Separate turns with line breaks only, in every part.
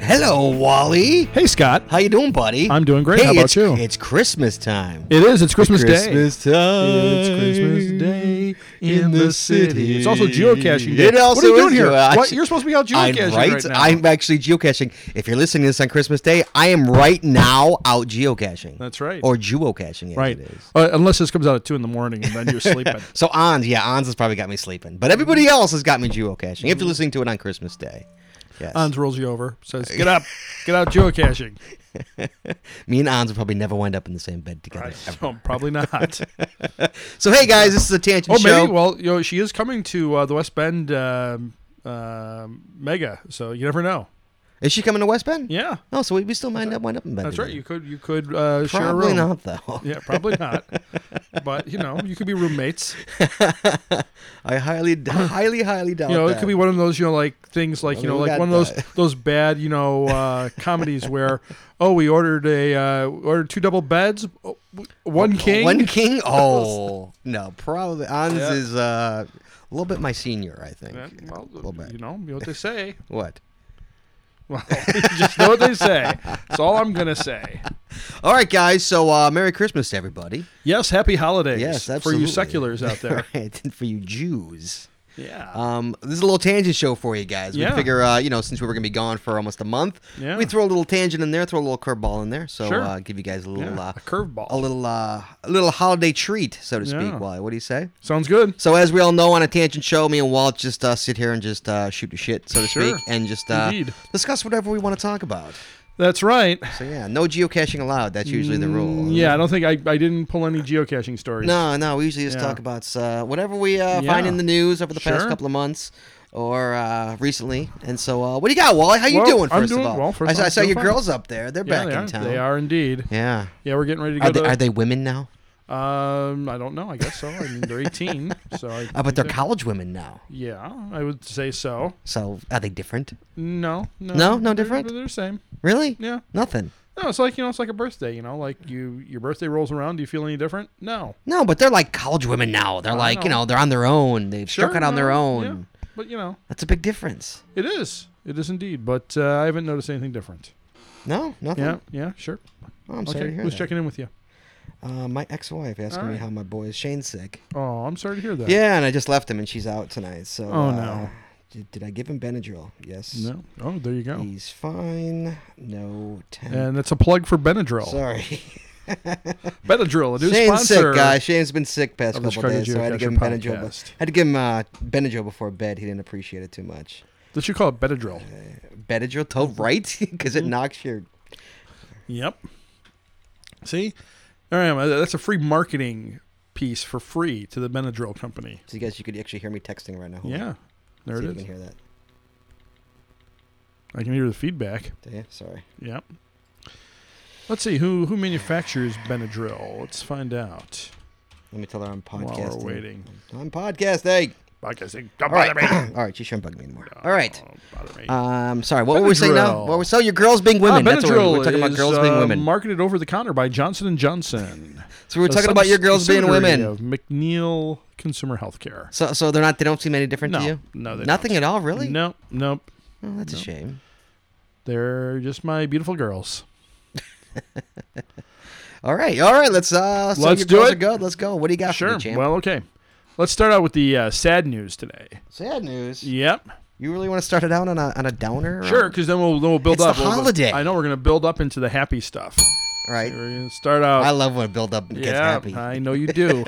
Hello, Wally.
Hey, Scott.
How you doing, buddy?
I'm doing great.
Hey,
How about
it's,
you?
It's Christmas time.
It is. It's Christmas, Day.
Christmas time.
It's Christmas Day in the city. It's also geocaching day.
It also
what are you doing
is
here?
geo- I-
What? You're supposed to be out geocaching
I'm right,
now.
I'm actually geocaching. If you're listening to this on Christmas Day, I am right now out geocaching.
That's right.
Or geocaching, as
right.
it is.
Uh, unless this comes out at two in the morning and then you're sleeping.
So Ons, yeah, Ons has probably got me sleeping, but everybody else has got me geocaching. If you're listening to it on Christmas Day, yes,
Hans rolls you over, says, "Get up, get out geocaching."
me and Ons will probably never wind up in the same bed together.
I
ever.
don't- probably not.
So hey guys, this is a tangent
Oh,
show.
maybe. Well, you know, she is coming to uh, the West Bend um, um mega, so you never know.
Is she coming to West Bend?
Yeah,
Oh, so we, we still might up wind up in bed.
that's
together.
right. You could you could uh, share a
probably
room.
not though.
Yeah, probably not. but you know, you could be roommates.
I highly, d- highly, highly doubt.
You know, it
that.
could be one of those you know like things like you
Well,
know
we
like
got
one of those
that.
those bad you know uh, comedies where oh we ordered a uh, we ordered two double beds, oh, w- one king.
One king? Oh no, probably Hans
Yeah.
is uh, a little bit my senior, I think.
Yeah, well,
a little bit.
you know, you know what they say.
What?
Well, you just know what they say. That's all I'm gonna say.
All right, guys. So uh, Merry Christmas to everybody.
Yes, happy holidays.
Yes,
for you
absolutely.
seculars out there. Uh,
right, and for you Jews.
Yeah.
Um, this is a little tangent show for you guys. We
Yeah.
figure, uh, you know, since we were gonna be gone for almost a month,
Yeah.
we throw a little tangent in there, throw a little curveball in there, so
Sure.
uh, give you guys a little,
Yeah,
uh,
a curveball.
a little, uh, a little holiday treat, so to speak.
Yeah.
Wally, what do you say?
Sounds good.
So as we all know on a tangent show, me and Walt just uh, sit here and just uh, shoot the shit, so to
Sure.
speak, and just uh,
Indeed.
discuss whatever we want to talk about.
That's right.
So yeah, no geocaching allowed. That's usually the rule.
Mm, Yeah, I don't think I, I didn't pull any geocaching stories.
No, no. We usually just
Yeah.
talk about uh, whatever we uh,
Yeah.
find in the news over the past
Sure.
couple of months or uh, recently. And so, uh, what do you got, Wally? How you
Well,
doing? 1st
I'm
of
doing
all,
well. First
I, saw- I
I'm
saw
doing
your
fine.
girls up there. They're
Yeah,
back
they
in
are.
town.
They are indeed.
Yeah.
Yeah, we're getting ready to go
Are they,
to.
are they women now?
um, I don't know. I guess so. I mean, they're 18, so. I
Oh, but
think
they're
that-
college women now.
Yeah, I would say so.
So are they different?
No, no,
No? No
they're-
different?
They're, the same.
Really?
Yeah.
Nothing.
No, it's like you know, it's like a birthday. You know, like you, your birthday rolls around. Do you feel any different? No.
No, but they're like college women now. They're
I
like, you
know.
know, they're on their own. They've struck it on their
no,
own.
yeah, but you know,
That's a big difference.
it is. It is indeed. But uh, I haven't noticed anything different.
No, nothing.
Yeah, yeah, sure.
Oh, Hmm. I'm sorry to
okay,
hear
who's
that.
checking in with you?
Uh, my ex-wife asking me
Alright.
how my boy is. Shane's sick.
Oh, I'm sorry to hear that.
Yeah, and I just left him, and she's out tonight. So.
Oh,
uh,
no.
Did, did I give him Benadryl? Yes.
No. Oh, there you go.
He's fine. No temp.
And that's a plug for Benadryl.
Sorry.
Benadryl, a new
Shane's
sponsor.
sick, guys. Shane's been sick past
of the
couple
Chicago
days, so I had to give him
Geocacher
Benadryl.
podcast.
But, I had to give him uh, Benadryl before bed. He didn't appreciate it too much.
They should call it Benadryl.
Benadryl, toe
Mm-hmm.
right, because it knocks your.
Yep. See, there I am. That's a free marketing piece for free to the Benadryl company.
So you guys, you could actually hear me texting right now. Hold on.
Yeah, there
See
it
if You
is.
can hear that.
I can hear the feedback.
Do you? Sorry.
Yep. Let's see who who manufactures Benadryl. Let's find out.
Let me tell her I'm
we're
podcasting.
waiting.
I'm podcasting.
Podcasting. Don't
All right.
bother me.
All right. She shouldn't bug me anymore. All right.
Don't bother me.
Um, sorry. What were we saying now?
Benadryl.
What were so your girls being
Ah,
women? That's what we
Benadryl
we're, talking about.
is,
Girls being
uh,
women.
Marketed over the counter by Johnson and Johnson.
so we were
A
talking about your girls being
subsidiary
women.
Of McNeil Consumer Healthcare.
So, so they're not. They don't seem any different
No,
to you.
no, they
nothing at all. Really?
Nope, nope.
Oh, that's a
no.
shame.
They're just my beautiful girls.
All right. All right. Let's. Uh, so
Let's
your
do
girls
it.
Are good. Let's go. What do you got for
Sure.
me, champ?
Well, okay. Let's start out with the uh, sad news today.
Sad news.
Yep.
You really want to start it out on a on a downer? or-
Sure, because then we'll, then we'll build
It's the
up. We'll-
holiday.
I know we're going to build up into the happy stuff.
All right.
We're going to start out.
I love when it build up and gets
yeah,
happy.
I know you do.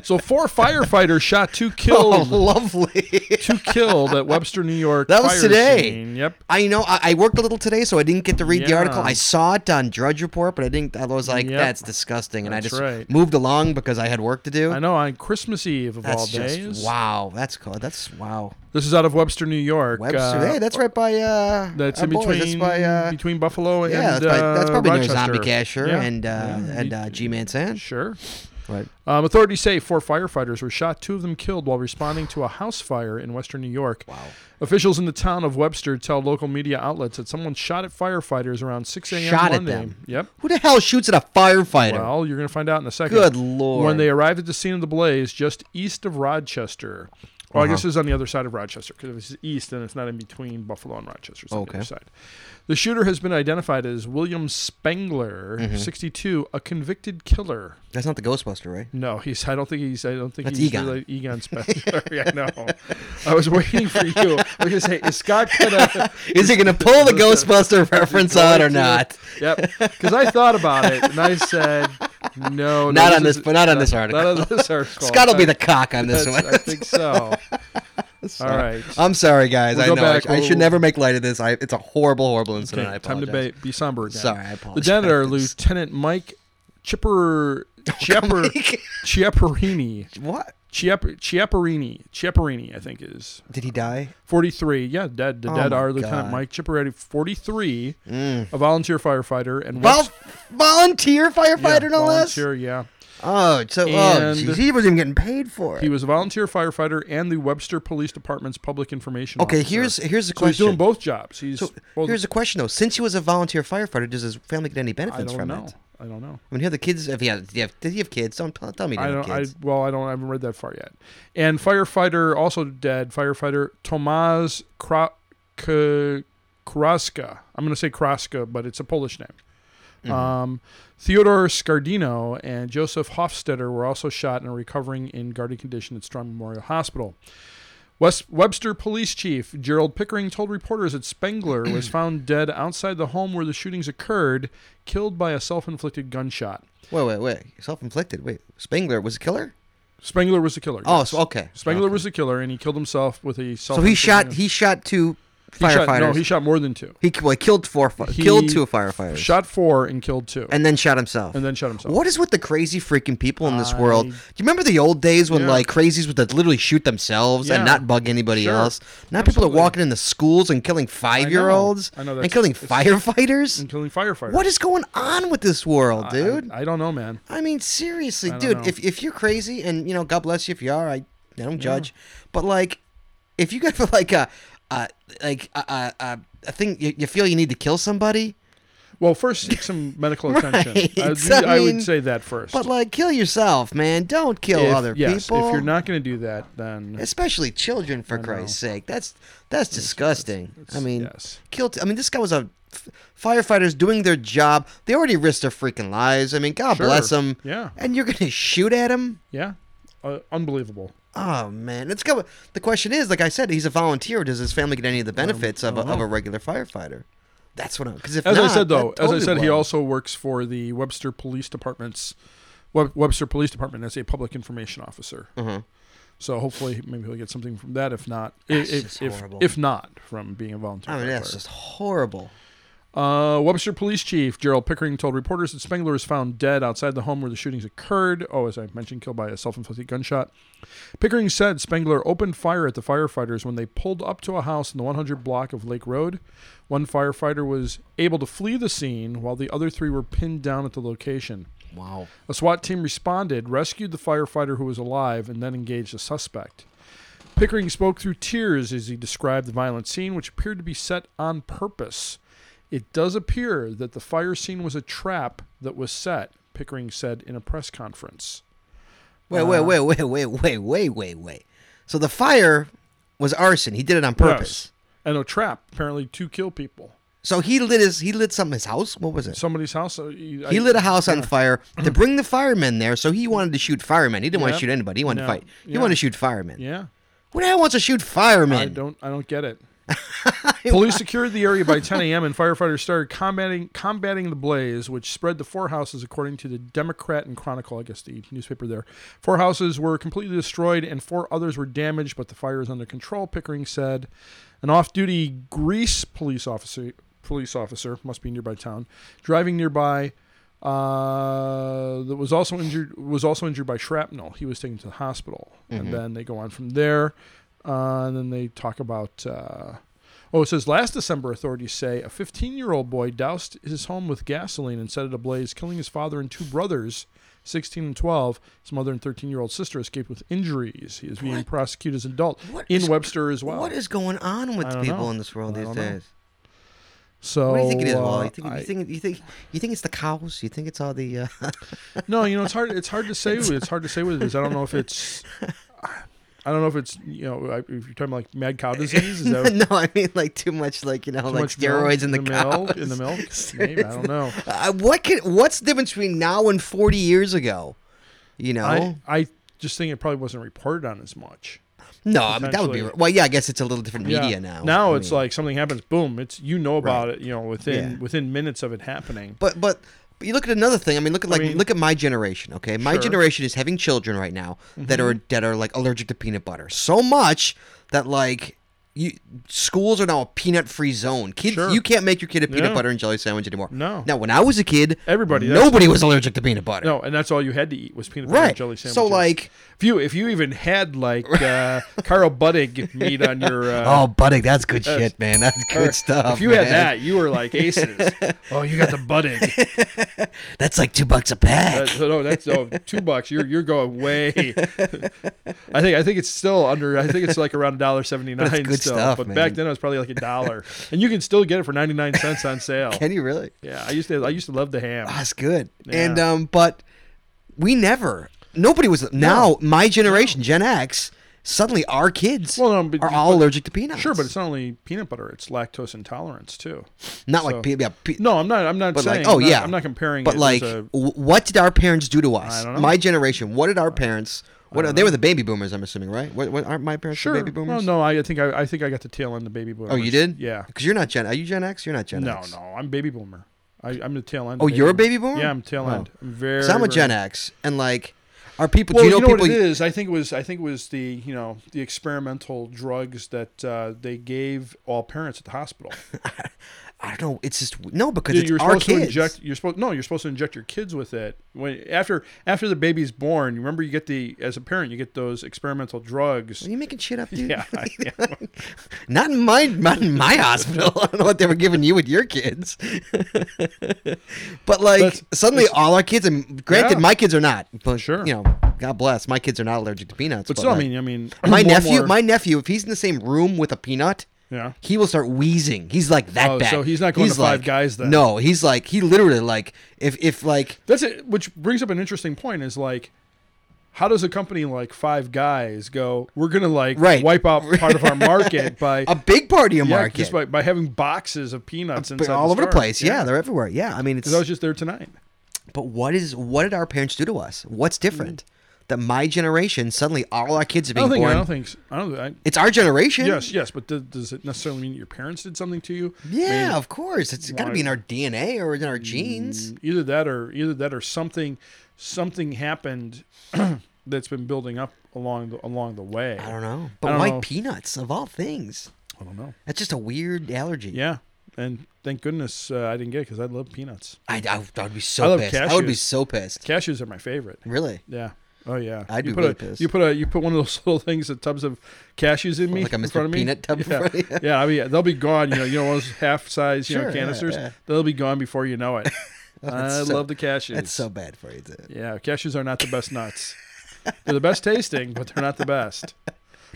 so four firefighters shot two
Oh,
killed,
lovely.
two killed at Webster, New York.
That was
fire
today.
scene. Yep.
I know I, I worked a little today, so I didn't get to read the
Yeah.
article. I saw it on Drudge Report, but I didn't. I was like,
Yep.
"That's disgusting," and I
That's
just
right.
moved along because I had work to do.
I know on Christmas Eve of all
That's just
days.
wow. That's cool. That's wow.
This is out of Webster, New York.
Webster.
Uh,
hey, that's right by. Uh,
that's
our
in
boys.
between
That's by. Uh,
between Buffalo and
yeah, that's, by,
uh,
that's probably near
Rochester.
Zombie Casher
Yeah.
and uh,
Yeah,
and
you-
uh, G Man Sand.
Sure.
Right.
Um, authorities say four firefighters were shot, two of them killed while responding to a house fire in western New York.
Wow.
Officials in the town of Webster tell local media outlets that someone shot at firefighters around 6 a.m.
Shot at
Monday.
them.
Yep.
Who the hell shoots at a firefighter?
Well, you're going to find out in a second.
Good lord.
When they arrived at the scene of the blaze just east of Rochester, Well, I
Uh-huh.
guess it's on the other side of Rochester because if it's east and it's not in between Buffalo and Rochester. It's on
Okay.
the other side. The shooter has been identified as William Spengler,
Mm-hmm.
62, a convicted killer.
That's not the Ghostbuster, right?
No, he's. I don't think he's. I don't think
That's
he's
Egon.
related- Egon Spengler. yeah, no. I was waiting for you. I was gonna say, is Scott gonna?
Is he gonna pull the Ghostbuster reference out or
going to-
not?
Yep. Because I thought about it and I said, no, no,
Not on this-
is-
but not on this article.
Not on this article.
Scott will be the
That's-
cock on this
that's-
one.
I think so. All right.
I'm sorry, guys.
We'll
I
go
know I
back.
sh- I,
We'll-
should never make light of this. I, it's a horrible, horrible incident. I
Okay, time
apologize.
to be, be somber again.
Sorry, I
The
apologize.
janitor, Lieutenant Mike Chipper Chipper Chiapperini.
what?
Chiapp- Chiapperini. Chiapperini, I think is.
Did he die?
43. Yeah, dead. The
Oh
dead
my
are Lieutenant
God.
Mike Chipperini, 43, a volunteer firefighter and
Vol-
West-
volunteer
Mm. yeah,
firefighter, no less.
volunteer, yeah.
Oh, so oh,
And-
geez, he wasn't even getting paid for it.
He was a volunteer firefighter and the Webster Police Department's public information
okay,
officer.
here's here's the
uh, so he's
question.
doing both jobs. He's
so
both,
here's the question though. Since he was a volunteer firefighter, does his family get any
I
benefits
don't
from
know.
it?
I don't know.
I mean, he had the kids. If he had, did he have, did he have kids? Don't tell tell me he
I
didn't have
don't. I,
kids.
well, I don't. I haven't read that far yet. And firefighter, also dead firefighter Tomasz Kra- K- Kraska. I'm going to say Kraska, but it's a Polish name.
Mm-hmm.
Um, Theodore Scardino and Joseph Hofstetter were also shot and are recovering in guarded condition at Strong Memorial Hospital. West Webster Police Chief Gerald Pickering told reporters that Spengler was found dead outside the home where the shootings occurred, killed by a self-inflicted gunshot.
Wait, wait, wait. Self inflicted. Wait, Spengler was a killer.
Spengler was the killer.
Oh,
yes.
so, okay.
Spengler
Okay.
was the killer, and he killed himself with a self.
So he shot. He shot two firefighters.
Shot, no,
he,
he shot more than two.
well, he killed four. Fi-
He
killed two firefighters.
Shot four and killed two, and,
and then shot himself.
then shot himself.
What is with the crazy freaking people in this world?
I-
Do you remember the old days when
Yeah.
like crazies would like, literally shoot themselves and
Yeah.
not bug anybody
Sure.
else? Now people
Absolutely.
are walking into schools and killing five year olds
I know
and
that's-
killing
it's-
firefighters.
And killing firefighters.
What is going on with this world,
I-
dude? I,
I, I don't know, man.
mean, seriously,
I don't
dude.
know.
If if you're crazy and you know, God bless you if you are, I, I don't judge. But like, if you got like a, a like a, a, a- a thing you, you feel you need to kill somebody,
Well, first seek some medical
Right,
attention. I,
so
I
I mean-
would say that first.
but like kill yourself, man. Don't kill
If-
other
yes,
people.
if you're not going to do that, then
especially children for
know.
christ's sake that's that's disgusting i
it's-
mean
yes.
killed i mean this guy was a f- firefighters doing their job they already risked their freaking lives i mean god
Sure.
bless them
Yeah.
and you're gonna shoot at him
yeah, uh, unbelievable.
oh man let's go the question is like i said he's a volunteer does his family get any of the benefits of, a, of a regular firefighter that's what i'm because if
As I
not,
said, though,
that
as I
totally
said, he
will.
also works for the Webster Police Department's Web- Webster Police Department as a public information officer.
Mhm.
So hopefully, maybe he'll get something from that. If not, i-
That's
if
just
if,
horrible. Oh,
if not from being a volunteer,
i mean that's
firefighter.
just horrible
Uh, Webster Police Chief Gerald Pickering told reporters that Spengler was found dead outside the home where the shootings occurred. Oh, as I mentioned, killed by a self inflicted gunshot. Pickering said Spengler opened fire at the firefighters when they pulled up to a house in the 100 block of Lake Road. One firefighter was able to flee the scene while the other three were pinned down at the location.
wow
A SWAT team responded, rescued the firefighter who was alive, and then engaged the suspect. Pickering spoke through tears as he described the violent scene, which appeared to be set on purpose. It does appear that the fire scene was a trap that was set, Pickering said in a press conference.
wait wait wait wait wait wait wait wait wait so the fire was arson he did it on purpose
And a trap, apparently, to kill people.
So he lit his he lit something his house. What was it?
Somebody's house. uh, I-
He lit a house on fire to bring the firemen there. So he wanted to shoot firemen. He didn't want
Mm-hmm. Yeah.
to shoot anybody. He wanted
No.
to fight. He
Yeah.
wanted to shoot firemen.
Yeah.
Who the hell wants to shoot
I
firemen?
don't. I don't get it. Police secured the area by 10 a.m. and firefighters started combating combating the blaze, which spread to four houses, according to the Democrat and Chronicle. I guess the newspaper there. Four houses were completely destroyed, and four others were damaged. But the fire is under control. Pickering said, an off-duty Greece police officer police officer must be a nearby town driving nearby. Uh, that was also injured was also injured by shrapnel. He was taken to the hospital, and then they go on from there. Uh, and then they talk about. Uh, oh, it says last December, authorities say a 15-year-old boy doused his home with gasoline and set it ablaze, killing his father and two brothers, 16 and 12. His mother and 13-year-old sister escaped with injuries. He is being
What?
prosecuted as an adult
What
in
is-
Webster as well.
What is going on with
I
the
don't
people
know.
in this world
I
these
don't know.
days?
so?
What do you think it is, Wally?
uh,
You think,
I-
you, think, you think you think it's the cows? You think it's all the? Uh,
no, you know it's hard. It's hard to say. it's hard to say what it is. I don't know if it's. I don't know if it's you know I- if you're talking about like mad cow disease. Is that
no, I mean like too much, like you know,
too
like
much milk
steroids in the,
milk
cows.
in the milk? Maybe I don't know.
Uh, what can? What's the difference between now and forty years ago? You know,
I I just think it probably wasn't reported on as much.
no, I mean that would be
potentially-
well. Yeah, I guess it's a little different
Yeah.
media now.
Now
I
it's
mean.
like something happens, boom, it's you know about it, you know, within
Yeah.
within minutes of it happening.
But but but you look at another thing. I mean, look at like
mean-
look at my generation. Okay, my
Sure. Mm-hmm.
generation is having children right now that are that are like allergic to peanut butter so much that like. You, schools are now a peanut-free zone. Kids,
Sure.
you can't make your kid a peanut
Yeah.
butter and jelly sandwich anymore.
No.
Now, when I was a kid,
Everybody, that's-
nobody was allergic to peanut butter.
No, and that's all you had to eat was peanut butter
right?
and jelly sandwiches.
so, like,
if you if you even had like uh, Carl Buttig meat on your uh,
oh, buddy, that's good shit, man. That's good stuff.
if you
man.
had that, you were like aces. oh, you got the Buttig.
that's like two bucks a pack.
That, no, that's oh, two bucks. You're you're going way. I think I think it's still under. I think it's like around a dollar seventy nine.
But it's good
still,
stuff,
but
man.
back then it was probably like a dollar, and you can still get it for ninety nine cents on sale.
Can you really?
Yeah, I used to I used to love the ham.
That's Ah, good. And
Yeah.
um, but we never. Nobody was now my generation, Gen X. Suddenly, our kids
Well, no, but-
are all
but-
allergic to peanuts.
Sure, but it's not only peanut butter; it's lactose intolerance too.
not
so-
like pe- yeah, pe-
No, I'm not. I'm not
but
saying.
like oh
I'm not-
yeah,
I'm not comparing.
But
it
like,
as a-
wh- what did our parents do to us?
I don't know.
My generation. What did our parents? What they were the baby boomers. I'm assuming, right? What, what aren't my parents
sure.
the baby boomers?
Well, no, I think I, I think I got the tail end of baby boomer.
Oh, you did?
Yeah.
Because you're not Gen. Are you Gen X? You're not Gen
No,
X.
no, I'm baby boomer. I, I'm the tail end.
Oh,
of
you're a baby boomer?
Yeah, I'm tail
Oh.
end. I'm very.
So I'm a
very-
Gen X, and like, are people?
Well,
do you know, people?
what it is? I think it was I think it was the you know the experimental drugs that uh, they gave all parents at the hospital.
I don't know. It's just no because
You-
it's
you're
our
supposed
kids.
to inject. You're supposed no. You're supposed to inject your kids with it when after after the baby's born. You remember you get the as a parent you get those experimental drugs.
Are you making shit up, dude?
Yeah, yeah.
Not in my not in my hospital. I don't know what they were giving you with your kids. but like
That's-
suddenly all our kids and granted
Yeah.
my kids are not. But
Sure.
You know, God bless. My kids are not allergic to peanuts.
But still, I
like,
mean, I mean,
my
more and
nephew
more-
my nephew, if he's in the same room with a peanut,
yeah.
he will start wheezing. He's like that
Oh,
bad.
so he's not going to Five
like-
Guys then.
No, he's like he literally like if if like
That's it. Which brings up an interesting point: is like, how does a company like Five Guys go? We're gonna like
Right.
wipe out part of our market by
a big part of your
yeah,
market.
just by, by having boxes of peanuts
but
inside
all
the
over the
store.
place. Yeah. they're everywhere. Yeah, I mean, it's
'Cause I was just there tonight.
But what is what did our parents do to us? What's different? That my generation suddenly all our kids are
Hmm. I
being
don't think. I
born.
don't think. I don't. I,
It's our generation.
yes, yes, but th- does it necessarily mean your parents did something to you?
Yeah,
I mean, mm,
of course. It's got to be in our DNA or in our genes.
either that or either that or something something happened that's been building up along the, along the way.
I don't know. But
Hmm. don't
why
know.
peanuts of all things?
I don't know.
That's just a weird allergy.
Yeah, and thank goodness uh, I didn't get it because I love peanuts.
I, I, I would be
I
so
love
pissed. I would be
cashews.
so pissed.
Cashews are my favorite.
Really?
Yeah. Oh yeah.
I'd
you
be
put
really
a,
pissed.
You put a you put one of those little things, the tubs of cashews in me,
Like a
in
Mr.
front of me.
Peanut tub in
Yeah.
front of you?
yeah. I mean, they'll be gone. You know, you know those half size you
Sure,
know
yeah,
canisters.
yeah.
They'll be gone before you know it. I
that's so-
love the cashews.
That's so bad for you. dude.
Yeah, cashews are not the best nuts. they're the best tasting, but they're not the best.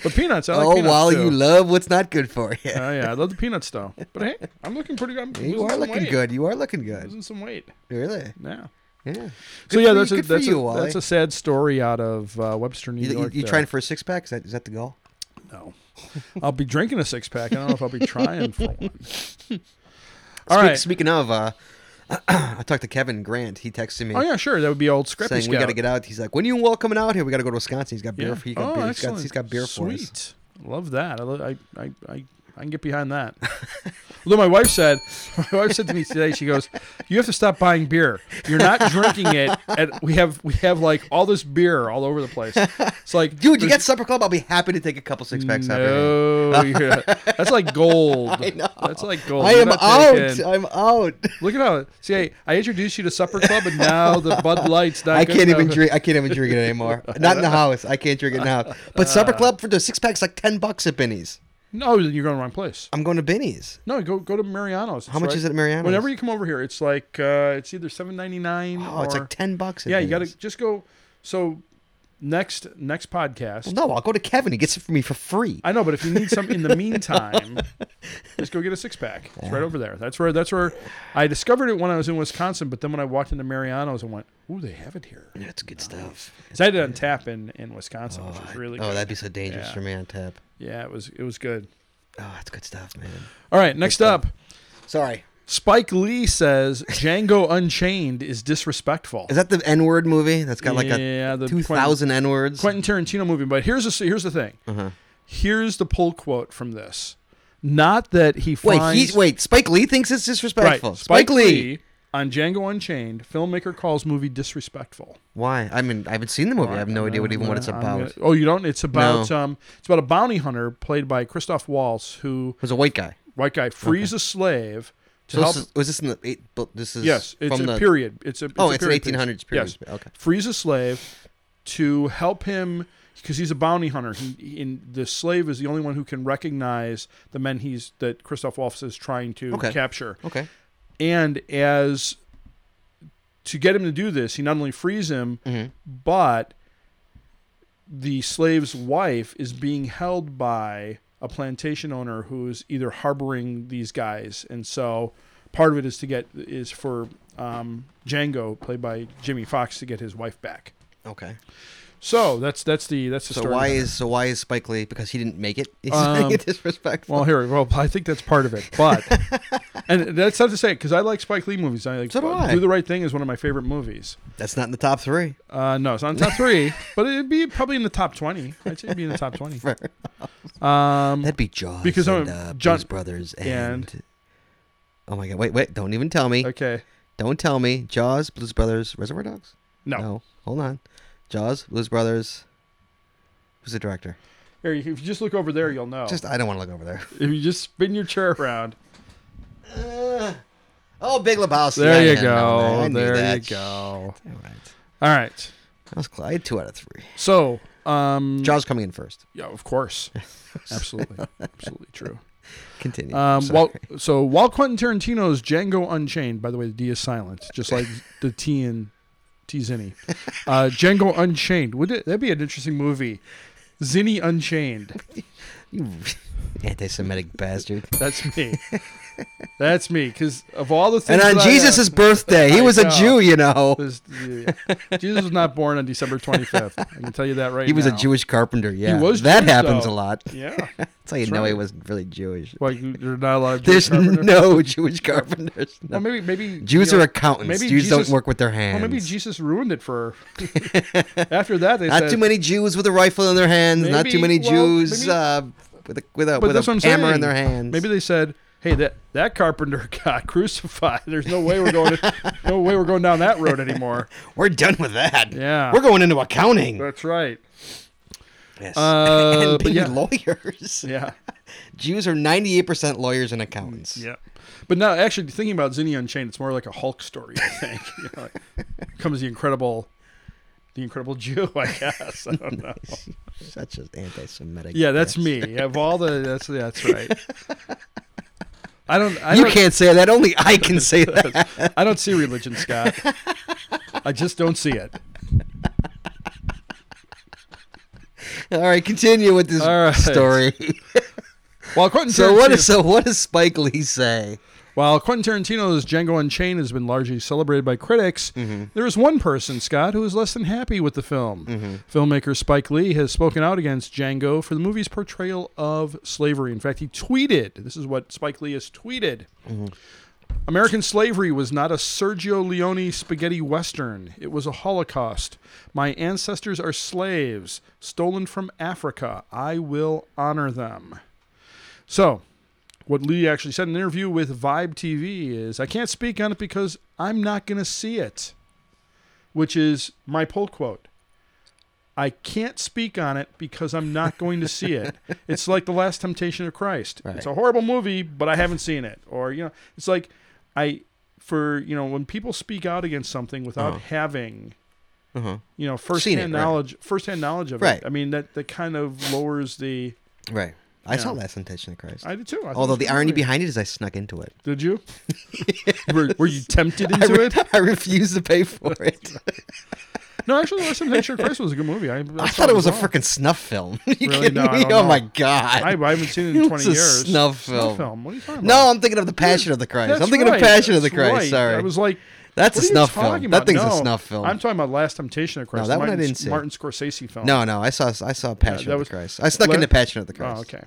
But peanuts, I like
oh,
peanuts
while
too.
you love what's not good for you.
Oh yeah, I love the peanuts though. But hey, I'm looking pretty good. I'm
you
losing
are
some
looking
weight.
good. You are looking good.
Losing some weight.
Really?
Yeah.
Yeah.
So
Good
yeah,
for
that's
you-
a
good for
that's,
you,
a,
Wally.
that's a sad story out of uh, Webster, New
You, you,
York.
you
there.
trying for a six pack? Is that, is that the goal?
No. I'll be drinking a six pack. I don't know if I'll be trying for one. All
Speak,
right.
Speaking of, uh, I talked to Kevin Grant. He texted me
Oh yeah, sure. That would be old Scrappy
saying we
Scout.
got to get out. He's like, "When are you all coming out here? We got to go to Wisconsin. He's got beer.
Yeah.
For, he got beer.
oh,
He's got,
excellent.
he's got beer for us."
Sweet. Love that. I, lo- I, I, I, I can get behind that. Although my wife said, my wife said to me today, she goes, "You have to stop buying beer. You're not drinking it. And we have we have like all this beer all over the place. It's like,
Dude, you
there's
got supper club. I'll be happy to take a couple six packs. out
No, you're not. that's like gold. I
know.
That's like gold.
I
You're
am
not
out.
taking-
I'm out.
Look at how see I, I introduced you to supper club and now the Bud Light's not.
I
good
can't even
enough.
drink. I can't even drink it anymore. Not in the house. I can't drink it now. But supper
Uh.
club for the six packs like ten bucks at Binny's.
No, then you're going to the wrong place.
I'm going to Binny's.
No, go go to Mariano's.
How much is it at Mariano's?
Whenever you come over here, it's like uh, it's either seven ninety nine.
Oh, it's like Oh, ten bucks. At
yeah. You got
Binny's.
to just go. So Next next podcast.
Well, no, I'll go to Kevin. He gets it for me for free.
I know, but if you need some in the meantime, just go get a six pack. It's right over there. That's where that's where I discovered it when I was in Wisconsin. But then when I walked into Mariano's and went, "Ooh, they have it here."
That's good stuff.
'Cause I did it on tap in in Wisconsin, which was
I-
really
oh,
good.
that'd be so dangerous
Yeah.
for me on tap.
yeah, it was it was good.
Oh, that's good stuff, man.
All right, next up,
Sorry.
Spike Lee says Django Unchained is disrespectful.
Is that the N word movie that's got like a
yeah, the
2,000 N words?
Quentin Tarantino movie. But here's the here's the thing.
Uh-huh.
Here's the pull quote from this. Not that he
Wait,
finds
he's, wait, Spike Lee thinks it's disrespectful.
Right.
Spike, Lee.
on Django Unchained, filmmaker calls movie disrespectful.
Why? I mean, I haven't seen the movie. I have no idea what even what it's
I'm
about.
gonna- oh, you don't? It's about um, it's about a bounty hunter played by Christoph Waltz, who
It was a white guy.
white guy frees a slave to
So
help.
this is, was this in the eight? But this is
yes, it's
from
a
the
period. It's a
Oh,
a
it's an
period piece.
1800s period.
Yes.
Okay.
frees a slave to help him because he's a bounty hunter. He, and the slave is the only one who can recognize the men he's that Christoph Waltz is trying to
Okay.
capture.
Okay.
and as to get him to do this, he not only frees him,
Mm-hmm.
but the slave's wife is being held by a plantation owner who's either harboring these guys, and so part of it is to get is for um, Django, played by Jimmy Fox, to get his wife back.
Okay.
So that's that's the that's the
So
story.
why
behind it.
is so why is Spike Lee because he didn't make it? He's
Um,
disrespectful.
well here? Well, I think that's part of it, but and that's not to say because I like Spike Lee movies. I like uh,
So do I.
Do the Right Thing is one of my favorite movies.
That's not in the top three.
Uh, no, it's not in the top three, but it'd be probably in the top twenty. I'd say it'd be in the top twenty. Um,
That'd be Jaws
because I'm
and uh,
John-
Blues Brothers and,
and-
oh my god, wait, wait, don't even tell me,
okay,
don't tell me, Jaws, Blues Brothers, Reservoir Dogs.
no.
hold on, Jaws, Blues Brothers. Who's the director?
Here, if you just look over there, you'll know.
Just I don't want to look over there.
if you just spin your chair around,
Oh, Big Lebowski. I
there you
had it on
go.
I knew
there
that.
you go.
All right,
All right.
that was close. I had two out of three.
So, um,
Jaws coming in first.
yeah, of course, absolutely, absolutely true.
Continue.
Um,
Sorry.
while, so while Quentin Tarantino's Django Unchained, by the way, the D is silent, just like the T in T Zinni. Uh, Django Unchained would it, that'd be an interesting movie? Zinni Unchained.
You anti-Semitic bastard.
That's me. That's me. Because of all the
And
things,
on
that I
Jesus' birthday, he
I
was a
know.
Jew, you know.
have- this- yeah. Jesus was not born on December 25th. I can tell you that right.
He was a
now.
Jewish carpenter. Yeah,
was
that
Jewish,
happens
though.
a lot.
Yeah.
That's how you
That's
know he
right.
wasn't really Jewish.
Well, you, you're not allowed.
There's no Jewish carpenters. No.
Well, maybe maybe
Jews
you know,
are accountants.
maybe
Jews
Jesus-
don't work with their hands.
Well, maybe Jesus ruined it for. After that, they
not
said,
too many Jews with a rifle in their hands. not too many
Maybe- well,
Jews
maybe-
uh, with a with a,
But
with
that's
a
what I'm
hammer
saying.
in their hands.
Maybe they said, "Hey, that that carpenter got crucified. There's no way we're going. no way we're going down that road anymore."
we're done with that.
Yeah.
we're going into accounting.
That's right.
Yes.
Uh,
and
but
being
yeah.
lawyers.
Yeah.
Jews are ninety eight percent lawyers and accountants.
Yeah. But now, actually, thinking about Zinni Unchained, it's more like a Hulk story. I think you know, like, comes the incredible, the incredible Jew. I guess I don't know.
Such an anti-Semitic.
Yeah, that's me. Of all the, that's that's right. I don't. I
You
don't,
can't say that. Only I can say that.
I don't see religion, Scott. I just don't see it.
All right, continue with this
All right.
story.
While Quentin
so what
Tarantino-
is so what does Spike Lee say?
While Quentin Tarantino's Django Unchained has been largely celebrated by critics, there is one person, Scott, who is less than happy with the film. Filmmaker Spike Lee has spoken out against Django for the movie's portrayal of slavery. In fact, he tweeted this is what Spike Lee has tweeted American slavery was not a Sergio Leone spaghetti western, it was a Holocaust. My ancestors are slaves, stolen from Africa. I will honor them. So, what Lee actually said in an interview with Vibe TV is, I can't speak on it because I'm not going to see it, which is my poll quote. I can't speak on it because I'm not going to see it. it's like The Last Temptation of Christ. It's a horrible movie, but I haven't seen it. Or, you know, it's like I, for, you know, when people speak out against something without having. You know, firsthand
Uh-huh. right.
knowledge, firsthand knowledge of
Right.
it. I mean, that that kind of lowers the.
Right. I saw
Yeah.
Last Temptation of Christ.
I did too. I thought
Although
it was
the
a good
irony
movie.
behind it is I snuck into it.
Did you? were, were you tempted into
I, re-
it?
I refused to pay for it.
No, actually, the Last Temptation of Christ was a good movie. I,
I thought it was a frecking snuff film. you kidding
No, I
me?
don't
Oh
know.
my god.
I, I haven't seen it in
It's
20
a
years.
snuff film.
film. What are you talking
no,
about?
I'm thinking of the Passion of the Christ.
That's
I'm thinking
right.
of Passion of the
That's
Christ.
right.
Sorry,
I was like,
that's a
what are you
snuff film.
talking
That
about?
thing's
No,
a snuff film.
I'm talking about Last Temptation of Christ.
that one I
Martin,
didn't see.
Martin Scorsese film. Oh,
no, no, I saw I saw Passion
that
of
was-
the Christ. I snuck
Let-
into Passion of the Christ.
Oh, okay.